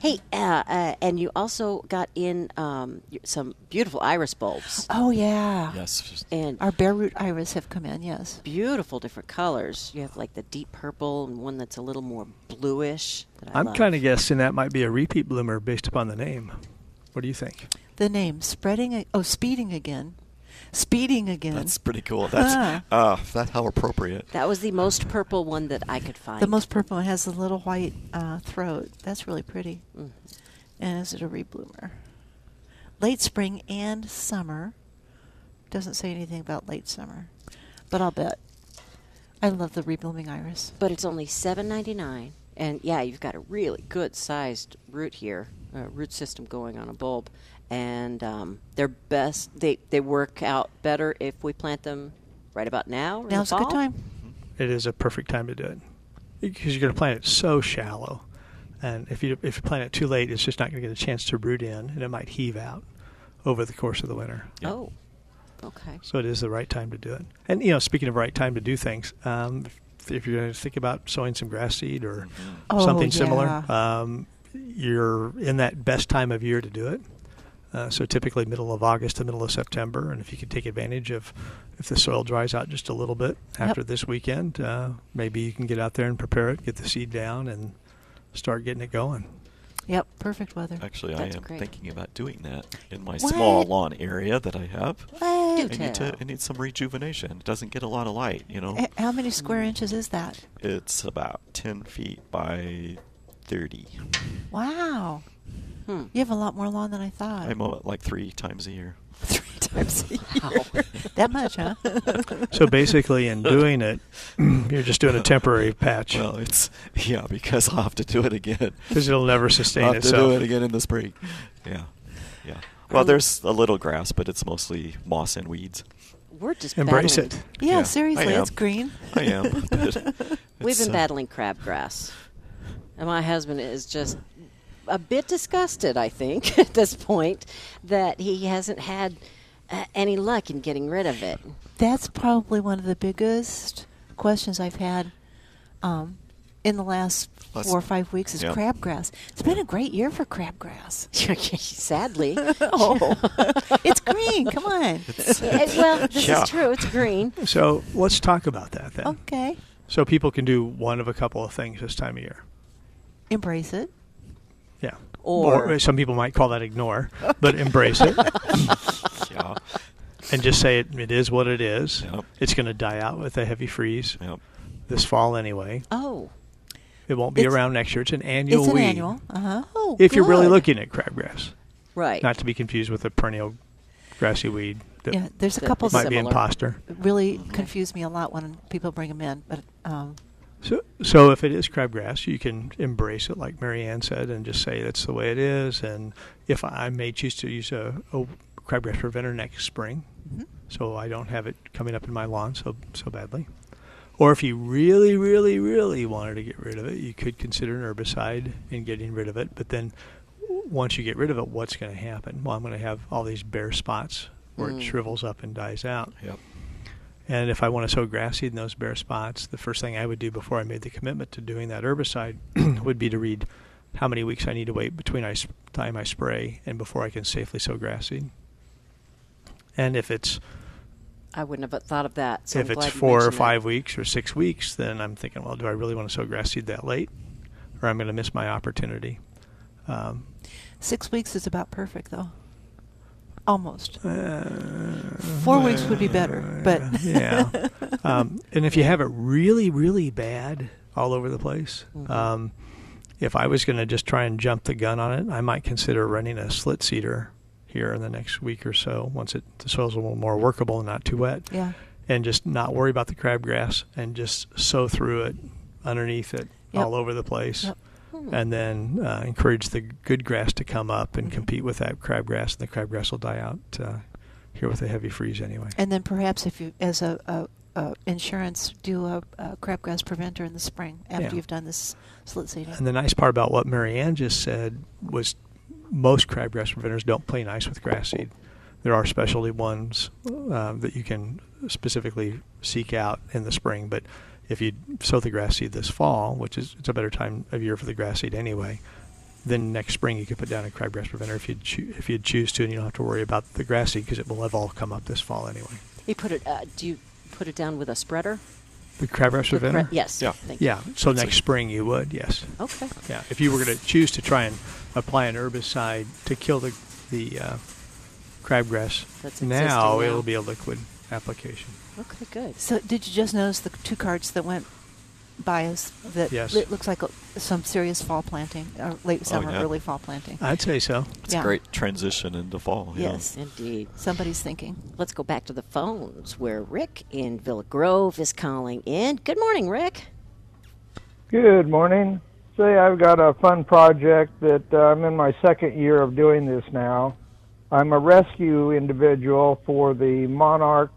Speaker 1: Hey, uh, uh, and you also got in um, y- some beautiful iris bulbs
Speaker 2: oh yeah
Speaker 3: Yes.
Speaker 1: and
Speaker 2: our bare root iris have come in yes
Speaker 1: beautiful different colors. You have like the deep purple and one that's a little more bluish. That I
Speaker 4: I'm kind of guessing that might be a repeat bloomer based upon the name. What do you think?
Speaker 2: the name spreading a- oh speeding again speeding again
Speaker 3: That's pretty cool. That's
Speaker 2: Ah.
Speaker 3: uh, that's how appropriate.
Speaker 1: That was the most purple one that I could find.
Speaker 2: the most purple one has a little white uh, throat that's really pretty
Speaker 1: Mm.
Speaker 2: and is it a rebloomer late spring and summer doesn't say anything about late summer but i'll bet i love the reblooming iris
Speaker 1: But it's only seven ninety nine, and yeah, you've got a really good sized root here, uh, root system going on a bulb, and um, they're best. They they work out better if we plant them right about now. in the
Speaker 2: now's a good
Speaker 1: fall.
Speaker 2: time
Speaker 3: Mm-hmm.
Speaker 4: It is a perfect time to do it because you're going to plant it so shallow, and if you if you plant it too late, it's just not going to get a chance to root in, and it might heave out over the course of the winter.
Speaker 3: Yeah.
Speaker 1: Oh, okay.
Speaker 4: So it is the right time to do it. And you know, speaking of right time to do things, um, if, if you're going to think about sowing some grass seed or
Speaker 2: Oh,
Speaker 4: something
Speaker 2: yeah.
Speaker 4: similar, um, you're in that best time of year to do it. Uh, so typically middle of August to middle of September, and if you could take advantage of if the soil dries out just a little bit
Speaker 2: Yep.
Speaker 4: after this weekend, uh, maybe you can get out there and prepare it, get the seed down, and start getting it going.
Speaker 2: yep perfect weather
Speaker 3: Actually,
Speaker 1: That's
Speaker 3: I am
Speaker 1: great.
Speaker 3: thinking about doing that in my small
Speaker 2: What?
Speaker 3: lawn area that I have.
Speaker 1: Do
Speaker 3: I need
Speaker 1: tell.
Speaker 3: to. I need some rejuvenation. It doesn't get a lot of light. You know,
Speaker 2: H- eh, How many square inches is that?
Speaker 3: it's about ten feet by thirty.
Speaker 2: Wow.
Speaker 1: Hmm.
Speaker 2: You have a lot more lawn than I thought.
Speaker 3: I mow it like three times a year.
Speaker 2: Three times a year. that much, huh?
Speaker 4: So basically, in doing it, you're just doing a temporary patch
Speaker 3: Well, it's yeah because I'll have to do it again.
Speaker 4: because it'll never sustain
Speaker 3: I'll have to do
Speaker 4: itself.
Speaker 3: it again in the spring. Yeah, yeah. Well, there's a little grass, but it's mostly moss and weeds.
Speaker 1: We're just
Speaker 4: Embrace
Speaker 1: battling-
Speaker 4: it.
Speaker 2: Yeah,
Speaker 3: Yeah,
Speaker 2: seriously,
Speaker 3: I am.
Speaker 2: it's green.
Speaker 3: I am. but
Speaker 1: We've
Speaker 3: it's,
Speaker 1: been
Speaker 3: uh,
Speaker 1: battling crabgrass. And my husband is just a bit disgusted, I think, at this point, that he hasn't had uh, any luck in getting rid of it.
Speaker 2: That's probably one of the biggest questions I've had um, in the last
Speaker 3: Last-
Speaker 2: four or five weeks is
Speaker 3: yeah.
Speaker 2: crabgrass. It's been a great year for crabgrass.
Speaker 1: Sadly.
Speaker 2: Oh, it's green. Come on.
Speaker 1: It- well, this
Speaker 3: uh, Yeah.
Speaker 1: is true. It's green.
Speaker 4: So let's talk about that then.
Speaker 2: Okay.
Speaker 4: So people can do one of a couple of things this time of year.
Speaker 2: Embrace it.
Speaker 4: Yeah. uh,
Speaker 1: Or-
Speaker 4: some people might call that ignore, but embrace it
Speaker 3: Yeah.
Speaker 4: and just say it, it is what it is.
Speaker 3: Yep.
Speaker 4: It's going to die out with a heavy freeze
Speaker 3: Yep.
Speaker 4: this fall anyway.
Speaker 1: Oh,
Speaker 4: It won't be
Speaker 2: It's-
Speaker 4: around next year. It's an annual
Speaker 2: it's an
Speaker 4: weed.
Speaker 2: annual. Uh-huh. Oh,
Speaker 4: If you're really
Speaker 2: good.
Speaker 4: looking at crabgrass,
Speaker 1: right.
Speaker 4: not to be confused with a perennial grassy weed that
Speaker 2: Yeah, there's a
Speaker 1: That
Speaker 2: couple
Speaker 1: is
Speaker 4: might
Speaker 2: that
Speaker 4: be
Speaker 1: similar.
Speaker 4: imposter.
Speaker 2: really confuse me a lot when people bring them in, but um,
Speaker 4: So, so if it is crabgrass, you can embrace it, like Mary Ann said, and just say that's the way it is. And if I, I may choose to use a, a crabgrass preventer next spring,
Speaker 2: mm-hmm.
Speaker 4: so I don't have it coming up in my lawn so so badly. Or if you really, really, really wanted to get rid of it, you could consider an herbicide in getting rid of it. But then, w- once you get rid of it, what's going to happen? Well, I'm going to have all these bare spots where it shrivels up and dies out.
Speaker 3: Yep.
Speaker 4: And if I want to sow grass seed in those bare spots, the first thing I would do before I made the commitment to doing that herbicide would be to read how many weeks I need to wait between I sp- time I spray and before I can safely sow grass seed. And if it's
Speaker 1: I wouldn't have thought of that. So
Speaker 4: if
Speaker 1: I'm
Speaker 4: it's
Speaker 1: glad you
Speaker 4: four or
Speaker 1: mentioned that.
Speaker 4: five weeks or six weeks, then I'm thinking, well, do I really want to sow grass seed that late, or I'm going to miss my opportunity? Um,
Speaker 2: six weeks is about perfect, though. Almost.
Speaker 4: Uh,
Speaker 2: Four weeks would be better, but
Speaker 4: yeah. Um, and if you have it really, really bad all over the place,
Speaker 2: Mm-hmm.
Speaker 4: um, if I was going to just try and jump the gun on it, I might consider running a slit seeder here in the next week or so once it the soil's a little more workable and not too wet.
Speaker 2: yeah.
Speaker 4: And just not worry about the crabgrass and just sow through it, underneath it,
Speaker 2: Yep.
Speaker 4: all over the place.
Speaker 2: Yep. Hmm.
Speaker 4: And then uh, encourage the good grass to come up
Speaker 2: Mm-hmm.
Speaker 4: and compete with that crabgrass, and the crabgrass will die out uh, here with a heavy freeze anyway.
Speaker 2: And then perhaps if you, as a, a, a insurance, do a, a crabgrass preventer in the spring after
Speaker 4: Yeah.
Speaker 2: you've done this slit seeding.
Speaker 4: And the nice part about what Mary Ann just said was most crabgrass preventers don't play nice with grass seed. There are specialty ones uh, that you can specifically seek out in the spring, but if you sow the grass seed this fall, which is it's a better time of year for the grass seed anyway, then next spring you could put down a crabgrass preventer if you choo- if you choose to, and you don't have to worry about the grass seed because it will have all come up this fall anyway.
Speaker 1: You put it, uh, do you put it down with a spreader?
Speaker 4: The crabgrass
Speaker 1: The cra-
Speaker 4: preventer,
Speaker 1: yes.
Speaker 3: Yeah.
Speaker 1: Thank you.
Speaker 4: yeah. So next spring you would, yes.
Speaker 1: Okay.
Speaker 4: Yeah, if you were going to choose to try and apply an herbicide to kill the the uh, crabgrass,
Speaker 1: That's existing
Speaker 4: now
Speaker 1: now.
Speaker 4: it'll be a liquid application.
Speaker 1: Okay, good.
Speaker 2: So did you just notice the two carts that went by us? That
Speaker 4: Yes. Oh,
Speaker 2: it looks like a, some serious fall planting, or late summer,
Speaker 3: yeah.
Speaker 2: early fall planting.
Speaker 4: I'd say so.
Speaker 3: It's
Speaker 2: Yeah.
Speaker 3: a great transition into fall. yeah.
Speaker 2: Yes.
Speaker 1: Indeed.
Speaker 2: Somebody's thinking.
Speaker 1: Let's go back to the phones where Rick in Villa Grove is calling in. Good morning, Rick.
Speaker 6: Good morning. Say, I've got a fun project that uh, I'm in my second year of doing this now. I'm a rescue individual for the monarch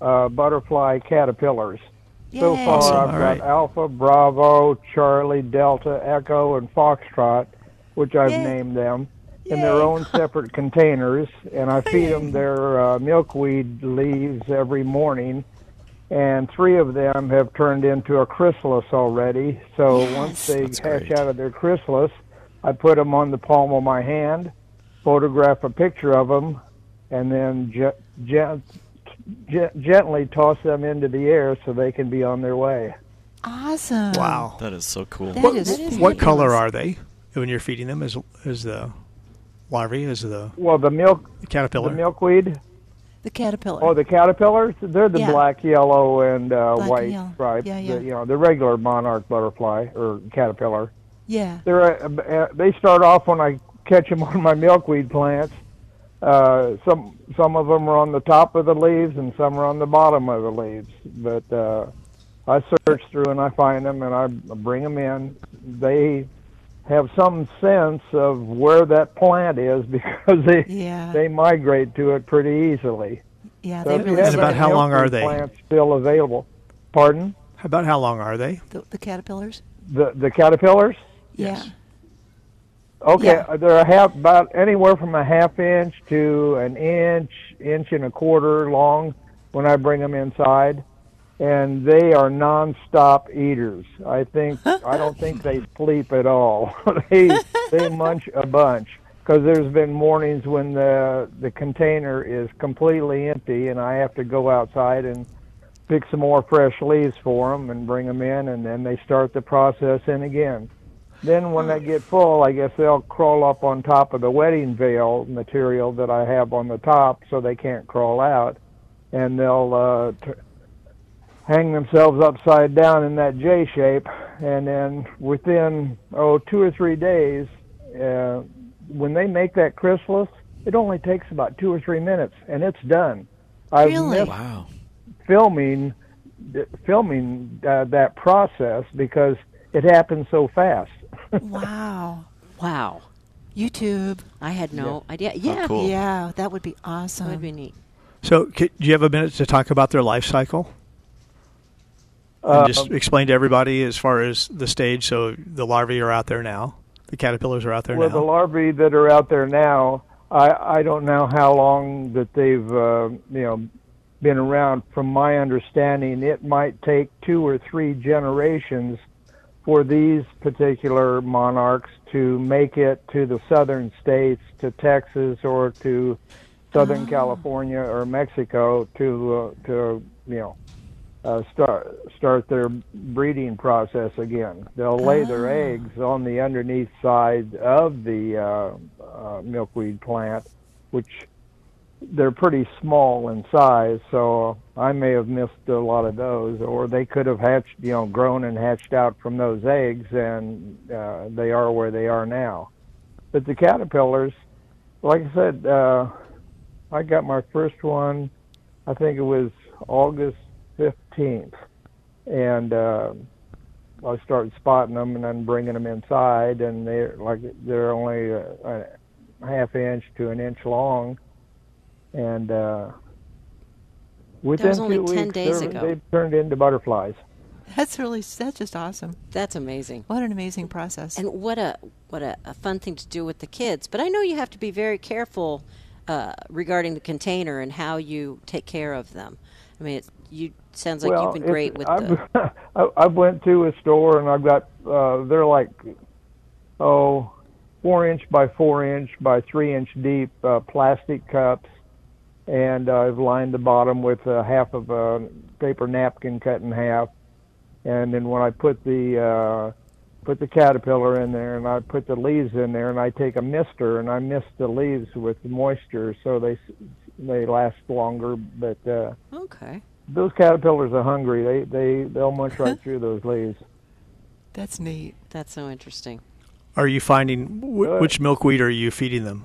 Speaker 6: uh, butterfly caterpillars. So
Speaker 2: Yay.
Speaker 6: far,
Speaker 4: Awesome.
Speaker 6: I've
Speaker 4: All
Speaker 6: got
Speaker 4: right.
Speaker 6: Alpha, Bravo, Charlie, Delta, Echo, and Foxtrot, which I've
Speaker 2: Yay.
Speaker 6: named them, in their own separate containers. And I feed them their uh, milkweed leaves every morning. And three of them have turned into a chrysalis already. So once they
Speaker 3: That's
Speaker 6: hatch
Speaker 3: great.
Speaker 6: out of their chrysalis, I put them on the palm of my hand, photograph a picture of them, and then ge- ge- ge- gently toss them into the air so they can be on their way.
Speaker 2: Awesome.
Speaker 4: Wow.
Speaker 3: That is so cool.
Speaker 2: Um, That
Speaker 4: What,
Speaker 2: is- that is
Speaker 4: what color
Speaker 2: fabulous.
Speaker 4: are they when you're feeding them? Is is the larvae? Is the
Speaker 6: Well, the milk,
Speaker 4: caterpillar?
Speaker 6: the milkweed,
Speaker 2: The caterpillar.
Speaker 6: oh, the caterpillars, they're the
Speaker 2: Yeah.
Speaker 6: black, yellow, and uh,
Speaker 2: Black and
Speaker 6: white
Speaker 2: yellow.
Speaker 6: stripes.
Speaker 2: Yeah, yeah.
Speaker 6: The, you know, the regular monarch butterfly or caterpillar.
Speaker 2: yeah.
Speaker 6: They're uh, uh, they start off when I catch them on my milkweed plants, Uh, some some of them are on the top of the leaves and some are on the bottom of the leaves. But uh, I search through and I find them and I bring them in. They have some sense of where that plant is because they
Speaker 2: Yeah.
Speaker 6: they migrate to it pretty easily.
Speaker 2: Yeah,
Speaker 6: So
Speaker 2: they
Speaker 6: if you
Speaker 2: really
Speaker 6: have
Speaker 4: And about
Speaker 6: any
Speaker 2: start-
Speaker 4: how long are
Speaker 6: healthy
Speaker 4: they?
Speaker 6: Plants still available. Pardon
Speaker 4: About how long are they?
Speaker 2: the, the caterpillars.
Speaker 6: the the caterpillars.
Speaker 4: Yes.
Speaker 2: Yeah.
Speaker 6: Okay, uh,
Speaker 2: Yeah.
Speaker 6: they're a half about anywhere from a half inch to an inch, inch and a quarter long when I bring them inside, and they are nonstop eaters. I think I don't think they sleep at all. they they munch a bunch because there's been mornings when the the container is completely empty and I have to go outside and pick some more fresh leaves for them and bring them in, and then they start the process in again. Then when they get full, I guess they'll crawl up on top of the wedding veil material that I have on the top, so they can't crawl out, and they'll uh, t- hang themselves upside down in that J shape, and then within oh two or three days, uh, when they make that chrysalis, it only takes about two or three minutes, and it's done. I've
Speaker 2: Really?
Speaker 6: missed
Speaker 3: Wow.
Speaker 6: filming th- filming uh, that process because it happened so fast.
Speaker 2: Wow.
Speaker 1: Wow.
Speaker 2: YouTube.
Speaker 1: I had no idea. Yeah.
Speaker 3: cool.
Speaker 2: Yeah, that would be awesome.
Speaker 1: That would be neat.
Speaker 4: So, c do you have a minute to talk about their life cycle?
Speaker 6: Uh,
Speaker 4: and just explain to everybody as far as the stage. So the larvae are out there now. The caterpillars are out there
Speaker 6: Well,
Speaker 4: now.
Speaker 6: the larvae that are out there now, I I don't know how long that they've uh, you know been around. From my understanding, it might take two or three generations for these particular monarchs to make it to the southern states, to Texas or to Southern
Speaker 4: Ah.
Speaker 6: California or Mexico to uh, to you know uh, start start their breeding process again. They'll lay their eggs on the underneath side of the uh, uh, milkweed plant, which they're pretty small in size. So I may have missed a lot of those, or they could have hatched, you know, grown and hatched out from those eggs, and uh, they are where they are now. But the caterpillars, like I said, uh, I got my first one. I think it was August 15th. And uh, I started spotting them and then bringing them inside, and they're like they're only a, a half inch to an inch long. And uh, within
Speaker 1: only
Speaker 6: two
Speaker 1: 10
Speaker 6: weeks,
Speaker 1: days
Speaker 6: they're-
Speaker 1: ago.
Speaker 6: they've turned into butterflies.
Speaker 2: That's really that's just awesome.
Speaker 1: That's amazing.
Speaker 2: What an amazing process.
Speaker 1: And what a what a, a fun thing to do with the kids. But I know you have to be very careful uh, regarding the container and how you take care of them. I mean, it, you sounds like you've been
Speaker 6: it's-
Speaker 1: great with
Speaker 6: I've,
Speaker 1: the
Speaker 6: I, I went to a store and I've got uh, they're like oh four inch by four inch by three inch deep uh, plastic cups, and I've lined the bottom with a half of a paper napkin cut in half, and then when I put the uh, put the caterpillar in there and I put the leaves in there and I take a mister and I mist the leaves with moisture so they s- they last longer, but. Uh,
Speaker 1: okay.
Speaker 6: those caterpillars are hungry. They they they'll munch right through those leaves.
Speaker 2: That's neat.
Speaker 1: That's so interesting.
Speaker 4: are you finding wh-
Speaker 6: Good.
Speaker 4: which milkweed are you feeding them?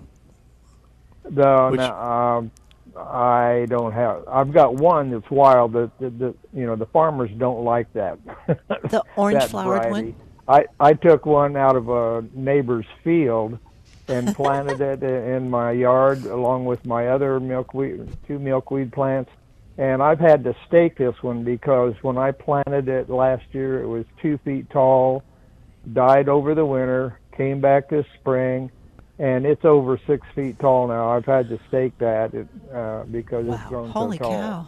Speaker 6: The,
Speaker 4: Which-
Speaker 6: no, um, I don't have. I've got one that's wild. That the, the you know the farmers don't like that.
Speaker 2: The orange
Speaker 6: that
Speaker 2: flowered
Speaker 6: variety.
Speaker 2: one.
Speaker 6: I I took one out of a neighbor's field and planted it i- in my yard along with my other milkweed two milkweed plants. And I've had to stake this one because when I planted it last year, it was two feet tall, died over the winter, came back this spring, and it's over six feet tall now. I've had to stake that it, uh, because it's
Speaker 2: Wow.
Speaker 6: grown
Speaker 2: Holy
Speaker 6: so tall.
Speaker 2: cow.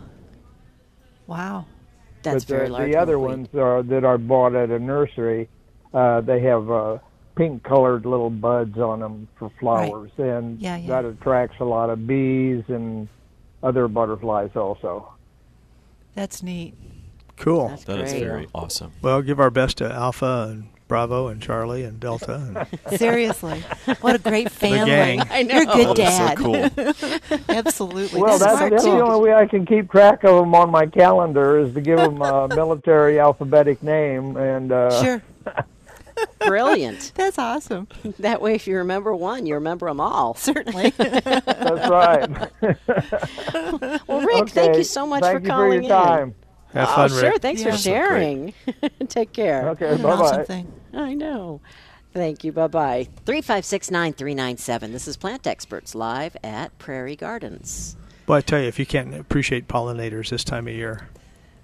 Speaker 2: Wow.
Speaker 1: That's
Speaker 6: but the,
Speaker 1: very large.
Speaker 6: the other
Speaker 1: milkweed.
Speaker 6: ones are, that are bought at a nursery, uh, they have uh, pink-colored little buds on them for flowers, and
Speaker 2: Yeah, yeah.
Speaker 6: that attracts a lot of bees and other butterflies also.
Speaker 2: That's neat.
Speaker 4: Cool.
Speaker 1: That's
Speaker 3: That is
Speaker 1: great.
Speaker 3: very awesome.
Speaker 4: well, give our best to Alpha and Bravo and Charlie and Delta. And
Speaker 2: Seriously. what a great family.
Speaker 4: gang.
Speaker 1: I know.
Speaker 2: You're a good
Speaker 3: That is so
Speaker 2: dad.
Speaker 3: cool.
Speaker 2: Absolutely.
Speaker 6: Well,
Speaker 2: That's
Speaker 6: that's,
Speaker 2: smart,
Speaker 6: that's
Speaker 2: too.
Speaker 6: the only way I can keep track of them on my calendar is to give them a military alphabetic name, and uh,
Speaker 2: Sure.
Speaker 1: Brilliant.
Speaker 2: That's awesome.
Speaker 1: That way, if you remember one, you remember them all.
Speaker 2: Certainly.
Speaker 6: That's right.
Speaker 1: Well, Rick, thank
Speaker 6: Okay.
Speaker 1: you so much
Speaker 6: Thank
Speaker 1: for
Speaker 6: you
Speaker 1: calling
Speaker 6: your
Speaker 1: in.
Speaker 6: time.
Speaker 4: Have
Speaker 1: oh,
Speaker 4: fun,
Speaker 1: sure.
Speaker 4: Rick.
Speaker 1: Thanks for
Speaker 2: Yeah.
Speaker 1: sharing. Take care.
Speaker 6: Okay,
Speaker 2: An awesome
Speaker 6: bye bye.
Speaker 2: thing.
Speaker 1: I know. Thank you. Bye bye. 356 9397. This is Plant Experts live at Prairie Gardens.
Speaker 4: Well, I tell you, if you can't appreciate pollinators this time of year,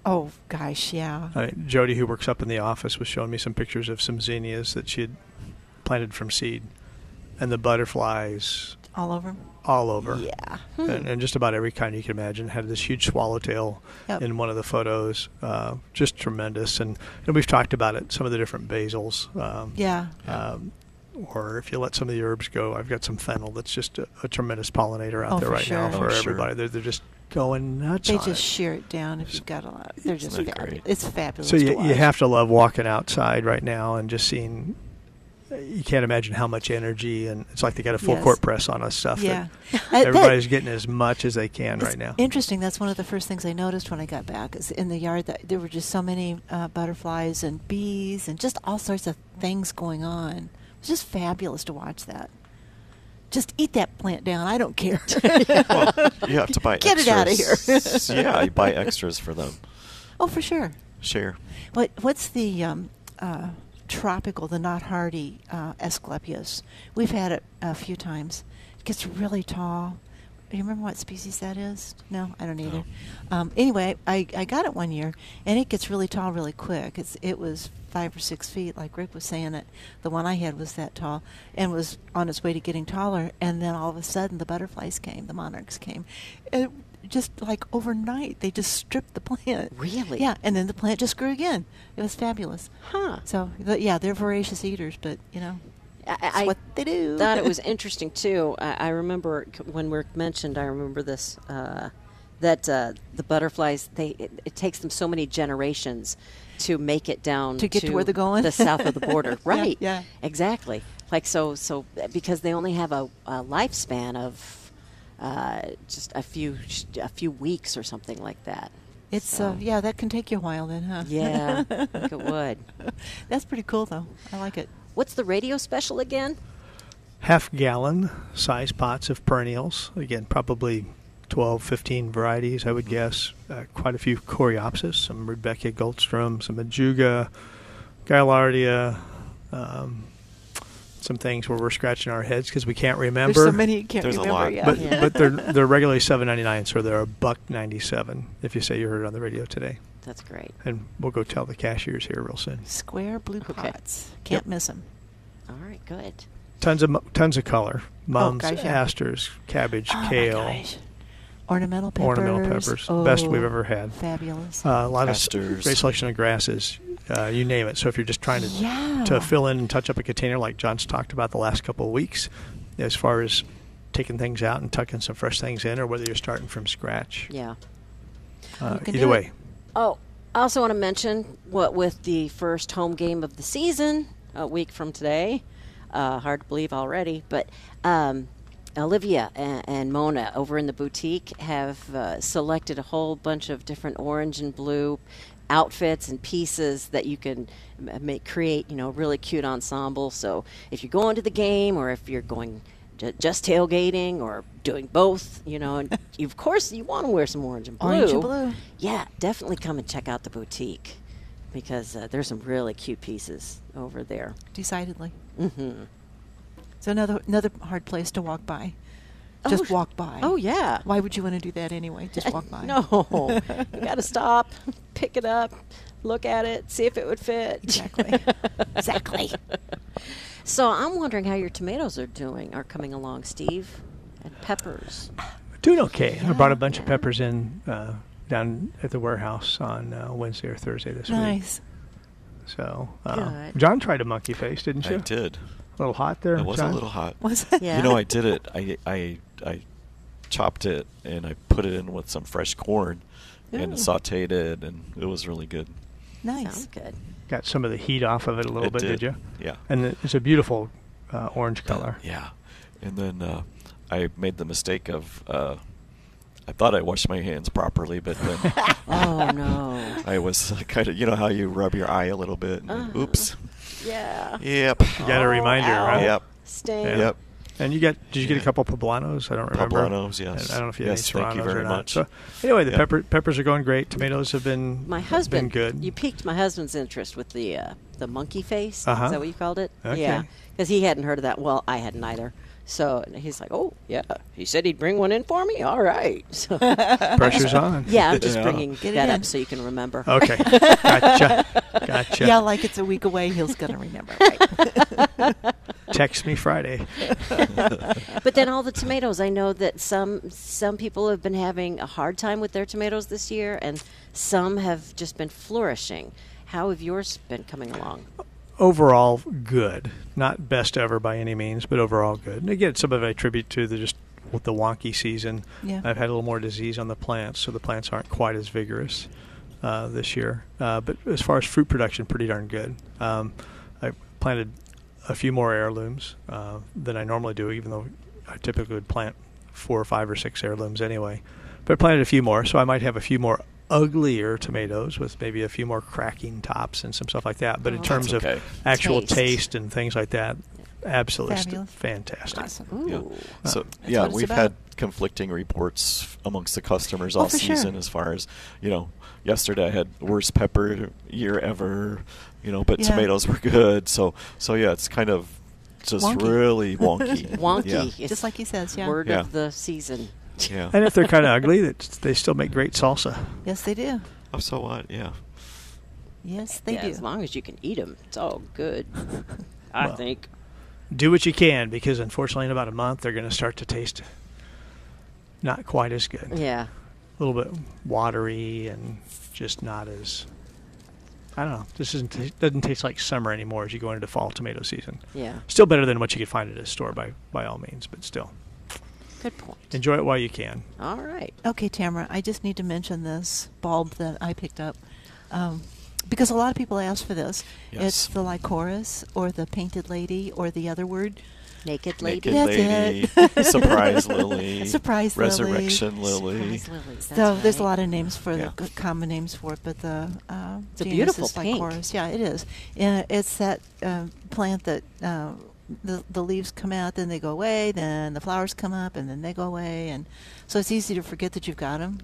Speaker 2: Oh gosh, yeah.
Speaker 4: I mean, Jody, who works up in the office, was showing me some pictures of some zinnias that she had planted from seed, and the butterflies
Speaker 2: All over.
Speaker 4: all over.
Speaker 2: Yeah. Hmm.
Speaker 4: and, and just about every kind you can imagine. Had this huge swallowtail
Speaker 2: Yep.
Speaker 4: in one of the photos, uh, just tremendous. And, and we've talked about it. Some of the different basils, um,
Speaker 2: Yeah.
Speaker 4: um, or if you let some of the herbs go, I've got some fennel that's just a, a tremendous pollinator out
Speaker 2: Oh,
Speaker 4: there
Speaker 2: for
Speaker 4: right now
Speaker 2: sure.
Speaker 4: for
Speaker 3: Oh, sure.
Speaker 4: everybody. They're, they're just going nuts.
Speaker 2: They
Speaker 4: on
Speaker 2: just
Speaker 4: it.
Speaker 2: shear it down if you've got a lot. They're just
Speaker 3: that
Speaker 2: fabulous.
Speaker 3: great?
Speaker 2: It's fabulous.
Speaker 4: So
Speaker 2: to
Speaker 4: you, you
Speaker 2: watch.
Speaker 4: have to love walking outside right now and just seeing. You can't imagine how much energy, and it's like they got a full
Speaker 2: Yes.
Speaker 4: court press on us stuff.
Speaker 2: Yeah. Uh,
Speaker 4: That
Speaker 2: that-
Speaker 4: everybody's getting as much as they can
Speaker 2: It's
Speaker 4: right now.
Speaker 2: Interesting. That's one of the first things I noticed when I got back. Is in the yard that there were just so many uh, butterflies and bees and just all sorts of things going on. It was just fabulous to watch that. Just eat that plant down. I don't care.
Speaker 3: well, you have to buy
Speaker 2: Get it outta here.
Speaker 3: extras. yeah, you buy extras for them.
Speaker 2: oh, for sure.
Speaker 3: Share.
Speaker 2: What what's the um, uh, tropical, the not hardy uh, Asclepias? We've had it a few times. It gets really tall. Do you remember what species that is? No, I don't either. Um, anyway, I, I got it one year, and it gets really tall really quick. It's it was five or six feet, like Rick was saying. It the one I had was that tall, and was on its way to getting taller. And then all of a sudden, the butterflies came, the monarchs came, and just like overnight, they just stripped the plant.
Speaker 1: Really?
Speaker 2: Yeah, and then the plant just grew again. It was fabulous.
Speaker 1: Huh.
Speaker 2: So th yeah, they're voracious eaters, but you know,
Speaker 1: I,
Speaker 2: it's
Speaker 1: I
Speaker 2: what they do.
Speaker 1: thought it was interesting, too. I, I remember c- when Rick mentioned, I remember this. Uh, that uh, the butterflies, they it, it takes them so many generations to make it down
Speaker 2: To get to where they're going.
Speaker 1: the south of the border,
Speaker 2: Yeah,
Speaker 1: right?
Speaker 2: yeah.
Speaker 1: exactly. Like so, so because they only have a, a lifespan of uh, just a few sh- a few weeks or something like that.
Speaker 2: It's
Speaker 1: So-
Speaker 2: uh, yeah, that can take you a while then, huh?
Speaker 1: Yeah, I think it would.
Speaker 2: That's pretty cool though. I like it.
Speaker 1: What's the radio special again?
Speaker 4: half gallon size pots of perennials. Again, probably 12, 15 varieties, I would guess. Uh, quite a few Coreopsis, some Rebecca Goldstrom, some Ajuga, Gaillardia, um, some things where we're scratching our heads because we can't remember.
Speaker 2: There's so many you can't
Speaker 3: There's a
Speaker 2: remember.
Speaker 3: lot.
Speaker 2: Yeah.
Speaker 4: But,
Speaker 1: Yeah.
Speaker 4: but they're they're regularly seven ninety nine, so they're a buck ninety seven. If you say you heard it on the radio today,
Speaker 1: That's great.
Speaker 4: and we'll go tell the cashiers here real soon.
Speaker 2: Square blue
Speaker 1: Okay.
Speaker 2: pots. Can't 'em. miss them.
Speaker 1: All right, good.
Speaker 4: Tons of mo- tons of color: mums,
Speaker 2: Oh, gosh, yeah.
Speaker 4: asters, cabbage,
Speaker 2: Oh, my
Speaker 4: kale.
Speaker 2: gosh. Ornamental peppers.
Speaker 4: Ornamental peppers. Best we've
Speaker 2: Oh,
Speaker 4: ever had.
Speaker 2: Fabulous.
Speaker 4: Uh, a lot of
Speaker 3: Asters.
Speaker 4: great selection of grasses, uh, you name it. So if you're just trying to
Speaker 2: Yeah.
Speaker 4: to fill in and touch up a container, like John's talked about the last couple of weeks, as far as taking things out and tucking some fresh things in, or whether you're starting from scratch.
Speaker 1: Yeah.
Speaker 4: Uh,
Speaker 2: You can
Speaker 4: either
Speaker 2: do it.
Speaker 4: way,
Speaker 1: Oh, I also want to mention what with the first home game of the season a week from today. Uh, hard to believe already, but um, Olivia and, and Mona over in the boutique have uh, selected a whole bunch of different orange and blue outfits and pieces that you can m- make create, you know, really cute ensemble. So if you're going to the game or if you're going ju- just tailgating or doing both, you know, and you- of course you want to wear some orange and blue.
Speaker 2: Orange and blue.
Speaker 1: Yeah, definitely come and check out the boutique because uh, there's some really cute pieces over there.
Speaker 2: Decidedly. Mm-hmm. So another another hard place to walk by. Just
Speaker 1: Oh,
Speaker 2: walk by.
Speaker 1: oh, yeah.
Speaker 2: Why would you want to do that anyway? Just walk by.
Speaker 1: No, you got to stop, pick it up, look at it, see if it would fit.
Speaker 2: Exactly. exactly.
Speaker 1: So I'm wondering how your tomatoes are doing, are coming along, Steve, and peppers.
Speaker 4: doing okay. I brought
Speaker 2: Yeah.
Speaker 4: a bunch of peppers in uh, down at the warehouse on uh, Wednesday or Thursday this week.
Speaker 2: Nice.
Speaker 4: So uh,
Speaker 1: Good.
Speaker 4: John tried a monkey face, didn't you?
Speaker 3: I did.
Speaker 4: A little hot there.
Speaker 3: It was
Speaker 4: John?
Speaker 3: a little hot.
Speaker 2: Was it?
Speaker 1: Yeah.
Speaker 3: You know, I did it. I, I I chopped it and I put it in with some fresh corn and
Speaker 1: Ooh.
Speaker 3: sautéed it, and it was really good.
Speaker 2: Nice.
Speaker 1: Sounds good.
Speaker 4: Got some of the heat off of it a little
Speaker 3: It
Speaker 4: bit, did.
Speaker 3: did.
Speaker 4: you?
Speaker 3: Yeah.
Speaker 4: And it- it's a beautiful uh, orange color.
Speaker 3: Yeah, and then uh, I made the mistake of uh, I thought I washed my hands properly, but then uh,
Speaker 1: Oh, no.
Speaker 3: I was kind of you know how you rub your eye a little bit. And then,
Speaker 1: Uh-huh.
Speaker 3: Oops.
Speaker 1: Yeah.
Speaker 3: Yep.
Speaker 4: You got a reminder,
Speaker 1: ow.
Speaker 4: right?
Speaker 3: Yep.
Speaker 1: Stay.
Speaker 4: Yeah.
Speaker 3: Yep.
Speaker 4: And you got? Did you get
Speaker 3: Yeah.
Speaker 4: a couple poblanos? I don't remember.
Speaker 3: Poblanos, yes.
Speaker 4: I don't know if you had
Speaker 3: Yes,
Speaker 4: any
Speaker 3: thank you
Speaker 4: serranos
Speaker 3: very
Speaker 4: or not.
Speaker 3: much.
Speaker 4: So anyway, the
Speaker 3: Yeah.
Speaker 4: pepper, peppers are going great. Tomatoes have been
Speaker 1: My
Speaker 4: been
Speaker 1: husband.
Speaker 4: good.
Speaker 1: You piqued my husband's interest with the uh, the monkey face.
Speaker 4: Uh-huh.
Speaker 1: Is that what you called it?
Speaker 4: Okay.
Speaker 1: Yeah. Because he hadn't heard of that. Well, I hadn't either. So and he's like, "Oh yeah." He said he'd bring one in for me. All right. So
Speaker 4: Pressure's on.
Speaker 1: yeah, I'm just
Speaker 3: Yeah.
Speaker 1: bringing
Speaker 2: Get it
Speaker 1: that
Speaker 2: in.
Speaker 1: up so you can remember.
Speaker 4: Okay. Gotcha. Gotcha.
Speaker 2: Yeah, like it's a week away. He's going to remember. Right?
Speaker 4: Text me Friday.
Speaker 1: But then all the tomatoes, I know that some some people have been having a hard time with their tomatoes this year, and some have just been flourishing. How have yours been coming along?
Speaker 4: overall good. Not best ever by any means, but overall good. And again, some of it I attribute to the just with the wonky season.
Speaker 2: Yeah.
Speaker 4: I've had a little more disease on the plants, so the plants aren't quite as vigorous uh, this year. Uh, but as far as fruit production, pretty darn good. Um, I planted a few more heirlooms uh, than I normally do, even though I typically would plant four or five or six heirlooms anyway. But I planted a few more, so I might have a few more uglier tomatoes with maybe a few more cracking tops and some stuff like that. But
Speaker 1: Oh,
Speaker 4: in
Speaker 1: that's
Speaker 4: terms of
Speaker 3: okay.
Speaker 4: actual
Speaker 1: Taste.
Speaker 4: taste. and things like that, absolutely st-
Speaker 2: Fabulous.
Speaker 4: fantastic.
Speaker 2: awesome.
Speaker 3: Yeah.
Speaker 1: Ooh.
Speaker 3: So
Speaker 2: That's
Speaker 3: yeah,
Speaker 2: what it's
Speaker 3: we've
Speaker 2: about.
Speaker 3: had conflicting reports f- amongst the customers
Speaker 2: Oh,
Speaker 3: all
Speaker 2: for sure.
Speaker 3: season as far as you know. Yesterday I had worst pepper year ever, you know, but
Speaker 2: Yeah.
Speaker 3: tomatoes were good. So so yeah, it's kind of just
Speaker 2: Wonky.
Speaker 3: really wonky.
Speaker 1: Wonky.
Speaker 3: Yeah.
Speaker 1: is
Speaker 2: Just like he says, yeah.
Speaker 1: Word
Speaker 3: Yeah.
Speaker 1: of the season.
Speaker 3: Yeah.
Speaker 4: And if they're kind of ugly, that's- they still make great salsa.
Speaker 2: Yes, they do.
Speaker 3: Oh, so what? Yeah.
Speaker 2: Yes, they
Speaker 1: Yeah,
Speaker 2: do.
Speaker 1: As long as you can eat them, it's all good. I
Speaker 4: Well.
Speaker 1: think.
Speaker 4: Do what you can because unfortunately, in about a month, they're going to start to taste not quite as good.
Speaker 1: Yeah.
Speaker 4: A little bit watery and just not as. I don't know. This isn't t- doesn't taste like summer anymore as you go into fall tomato season.
Speaker 1: Yeah.
Speaker 4: Still better than what you could find at a store by by all means, but still
Speaker 1: Good point.
Speaker 4: enjoy it while you can.
Speaker 1: All right.
Speaker 2: Okay, Tamara, I just need to mention this bulb that I picked up um, because a lot of people ask for this. It's
Speaker 3: Yes.
Speaker 2: the Lycoris or the Painted Lady or the other word.
Speaker 1: Naked lady.
Speaker 3: Naked
Speaker 2: That's
Speaker 3: lady,
Speaker 2: it.
Speaker 3: surprise lily,
Speaker 2: Surprise lily.
Speaker 3: resurrection lily.
Speaker 1: Surprise lilies, that's
Speaker 2: so there's a
Speaker 1: right.
Speaker 2: lot of names for
Speaker 3: Yeah.
Speaker 2: the c- common names for it, but the uh,
Speaker 1: It's a
Speaker 2: genus
Speaker 1: beautiful
Speaker 2: is
Speaker 1: pink.
Speaker 2: Lycoris. Yeah, it is. Yeah, it's that uh, plant that uh, the the leaves come out, then they go away, then the flowers come up, and then they go away, and so it's easy to forget that you've got them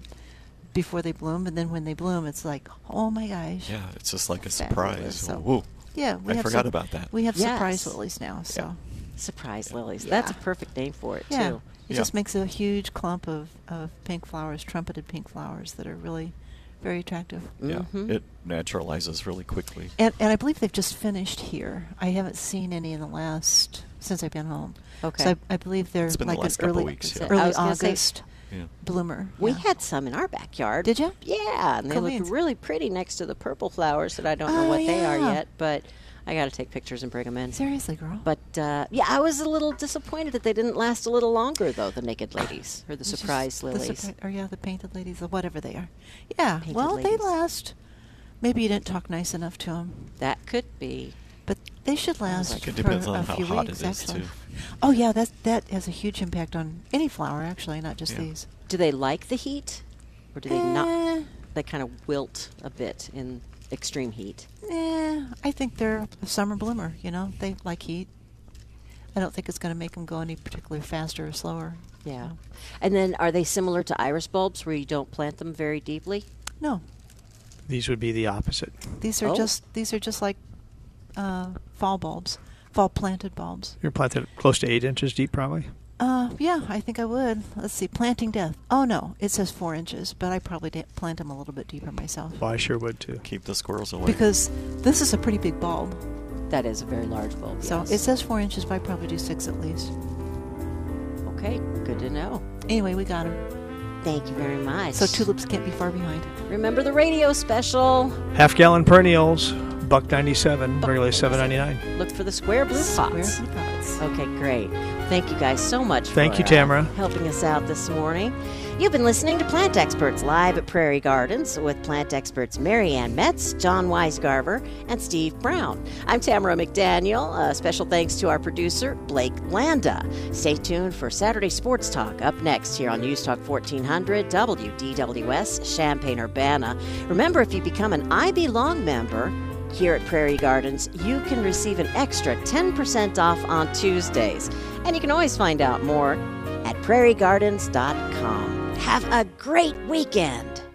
Speaker 2: before they bloom, and then when they bloom, it's like, oh my gosh.
Speaker 3: Yeah, it's just like a
Speaker 2: Fabulous,
Speaker 3: surprise.
Speaker 2: so-
Speaker 3: Whoa.
Speaker 2: Yeah, we
Speaker 3: I
Speaker 2: have sup-
Speaker 3: forgot about that.
Speaker 2: We have
Speaker 1: Yes.
Speaker 2: surprise lilies now, so
Speaker 1: Surprise lilies.
Speaker 2: Yeah.
Speaker 1: That's a perfect name for it
Speaker 2: yeah,
Speaker 1: too.
Speaker 2: it
Speaker 3: Yeah.
Speaker 2: just makes a huge clump of, of pink flowers, trumpeted pink flowers that are really very attractive.
Speaker 3: Yeah,
Speaker 1: Mhm.
Speaker 3: it naturalizes really quickly.
Speaker 2: Mm-hmm. And, and I believe they've just finished here. I haven't seen any in the last since I've been home.
Speaker 1: Okay.
Speaker 2: so I, I believe they're
Speaker 3: It's been the
Speaker 2: like an
Speaker 3: last couple
Speaker 2: early
Speaker 3: weeks, yeah.
Speaker 1: I
Speaker 2: early
Speaker 1: was gonna say-
Speaker 2: August
Speaker 3: yeah.
Speaker 2: bloomer.
Speaker 1: We
Speaker 2: yeah.
Speaker 1: had some in our backyard.
Speaker 2: Did ya?
Speaker 1: Yeah, and they
Speaker 2: Cool
Speaker 1: looked
Speaker 2: beans.
Speaker 1: really pretty next to the purple flowers that I don't know
Speaker 2: Oh,
Speaker 1: what they are
Speaker 2: yeah.
Speaker 1: yet, but I got to take pictures and bring them in.
Speaker 2: seriously, girl.
Speaker 1: But uh, yeah, I was a little disappointed that they didn't last a little longer, though. The naked ladies or the
Speaker 2: It's just
Speaker 1: surprise
Speaker 2: the
Speaker 1: lilies.
Speaker 2: surpri- or yeah, the painted ladies, or whatever they are. Yeah.
Speaker 1: Painted
Speaker 2: well, they
Speaker 1: ladies.
Speaker 2: last. Maybe you didn't talk nice enough to them,
Speaker 1: that could be.
Speaker 2: but they should last
Speaker 3: like
Speaker 2: for
Speaker 3: it depends on
Speaker 2: a
Speaker 3: how
Speaker 2: few
Speaker 3: hot it
Speaker 2: weeks.
Speaker 3: is,
Speaker 2: actually.
Speaker 3: too.
Speaker 2: Oh yeah, that that has a huge impact on any flower, actually, not just
Speaker 3: Yeah.
Speaker 2: these.
Speaker 1: Do they like the heat, or do they
Speaker 2: Eh.
Speaker 1: not? They kind of wilt a bit in extreme heat.
Speaker 2: Eh, I think they're a summer bloomer. You know, they like heat. I don't think it's going to make them go any particularly faster or slower.
Speaker 1: Yeah. And then, are they similar to iris bulbs, where you don't plant them very deeply?
Speaker 2: No,
Speaker 4: These would be the opposite.
Speaker 2: these are
Speaker 1: Oh.
Speaker 2: just these are just like uh, fall bulbs, fall planted bulbs.
Speaker 4: You're planted close to eight inches deep, probably.
Speaker 2: Uh, yeah, I think I would. Let's see, planting death. Oh no, it says four inches, but I probably did plant them a little bit deeper myself
Speaker 4: Well, I sure would too.
Speaker 3: Keep the squirrels away.
Speaker 2: because this is a pretty big bulb.
Speaker 1: That is a very large bulb.
Speaker 2: So
Speaker 1: yes.
Speaker 2: it says four inches, but I probably do six at least.
Speaker 1: okay. Good to know.
Speaker 2: Anyway, we got them.
Speaker 1: Thank you very much.
Speaker 2: So tulips can't be far behind.
Speaker 1: remember the radio special.
Speaker 4: Half gallon perennials, buck ninety seven, regularly seven ninety nine.
Speaker 1: Look for the square blue pots.
Speaker 2: Where are the pots?
Speaker 1: Okay, great. Thank you guys so much.
Speaker 4: Thank
Speaker 1: for,
Speaker 4: you,
Speaker 1: uh,
Speaker 4: Tamara.
Speaker 1: helping us out this morning. You've been listening to Plant Experts live at Prairie Gardens with plant experts Mary Ann Metz, John Weisgarver, and Steve Brown. I'm Tamara McDaniel. Uh, special thanks to our producer Blake Landa. Stay tuned for Saturday Sports Talk up next here on News Talk 1400 WDWS Champaign Urbana. Remember, if you become an I Belong member. Here at Prairie Gardens, you can receive an extra 10% off on Tuesdays. And you can always find out more at prairiegardens.com. Have a great weekend.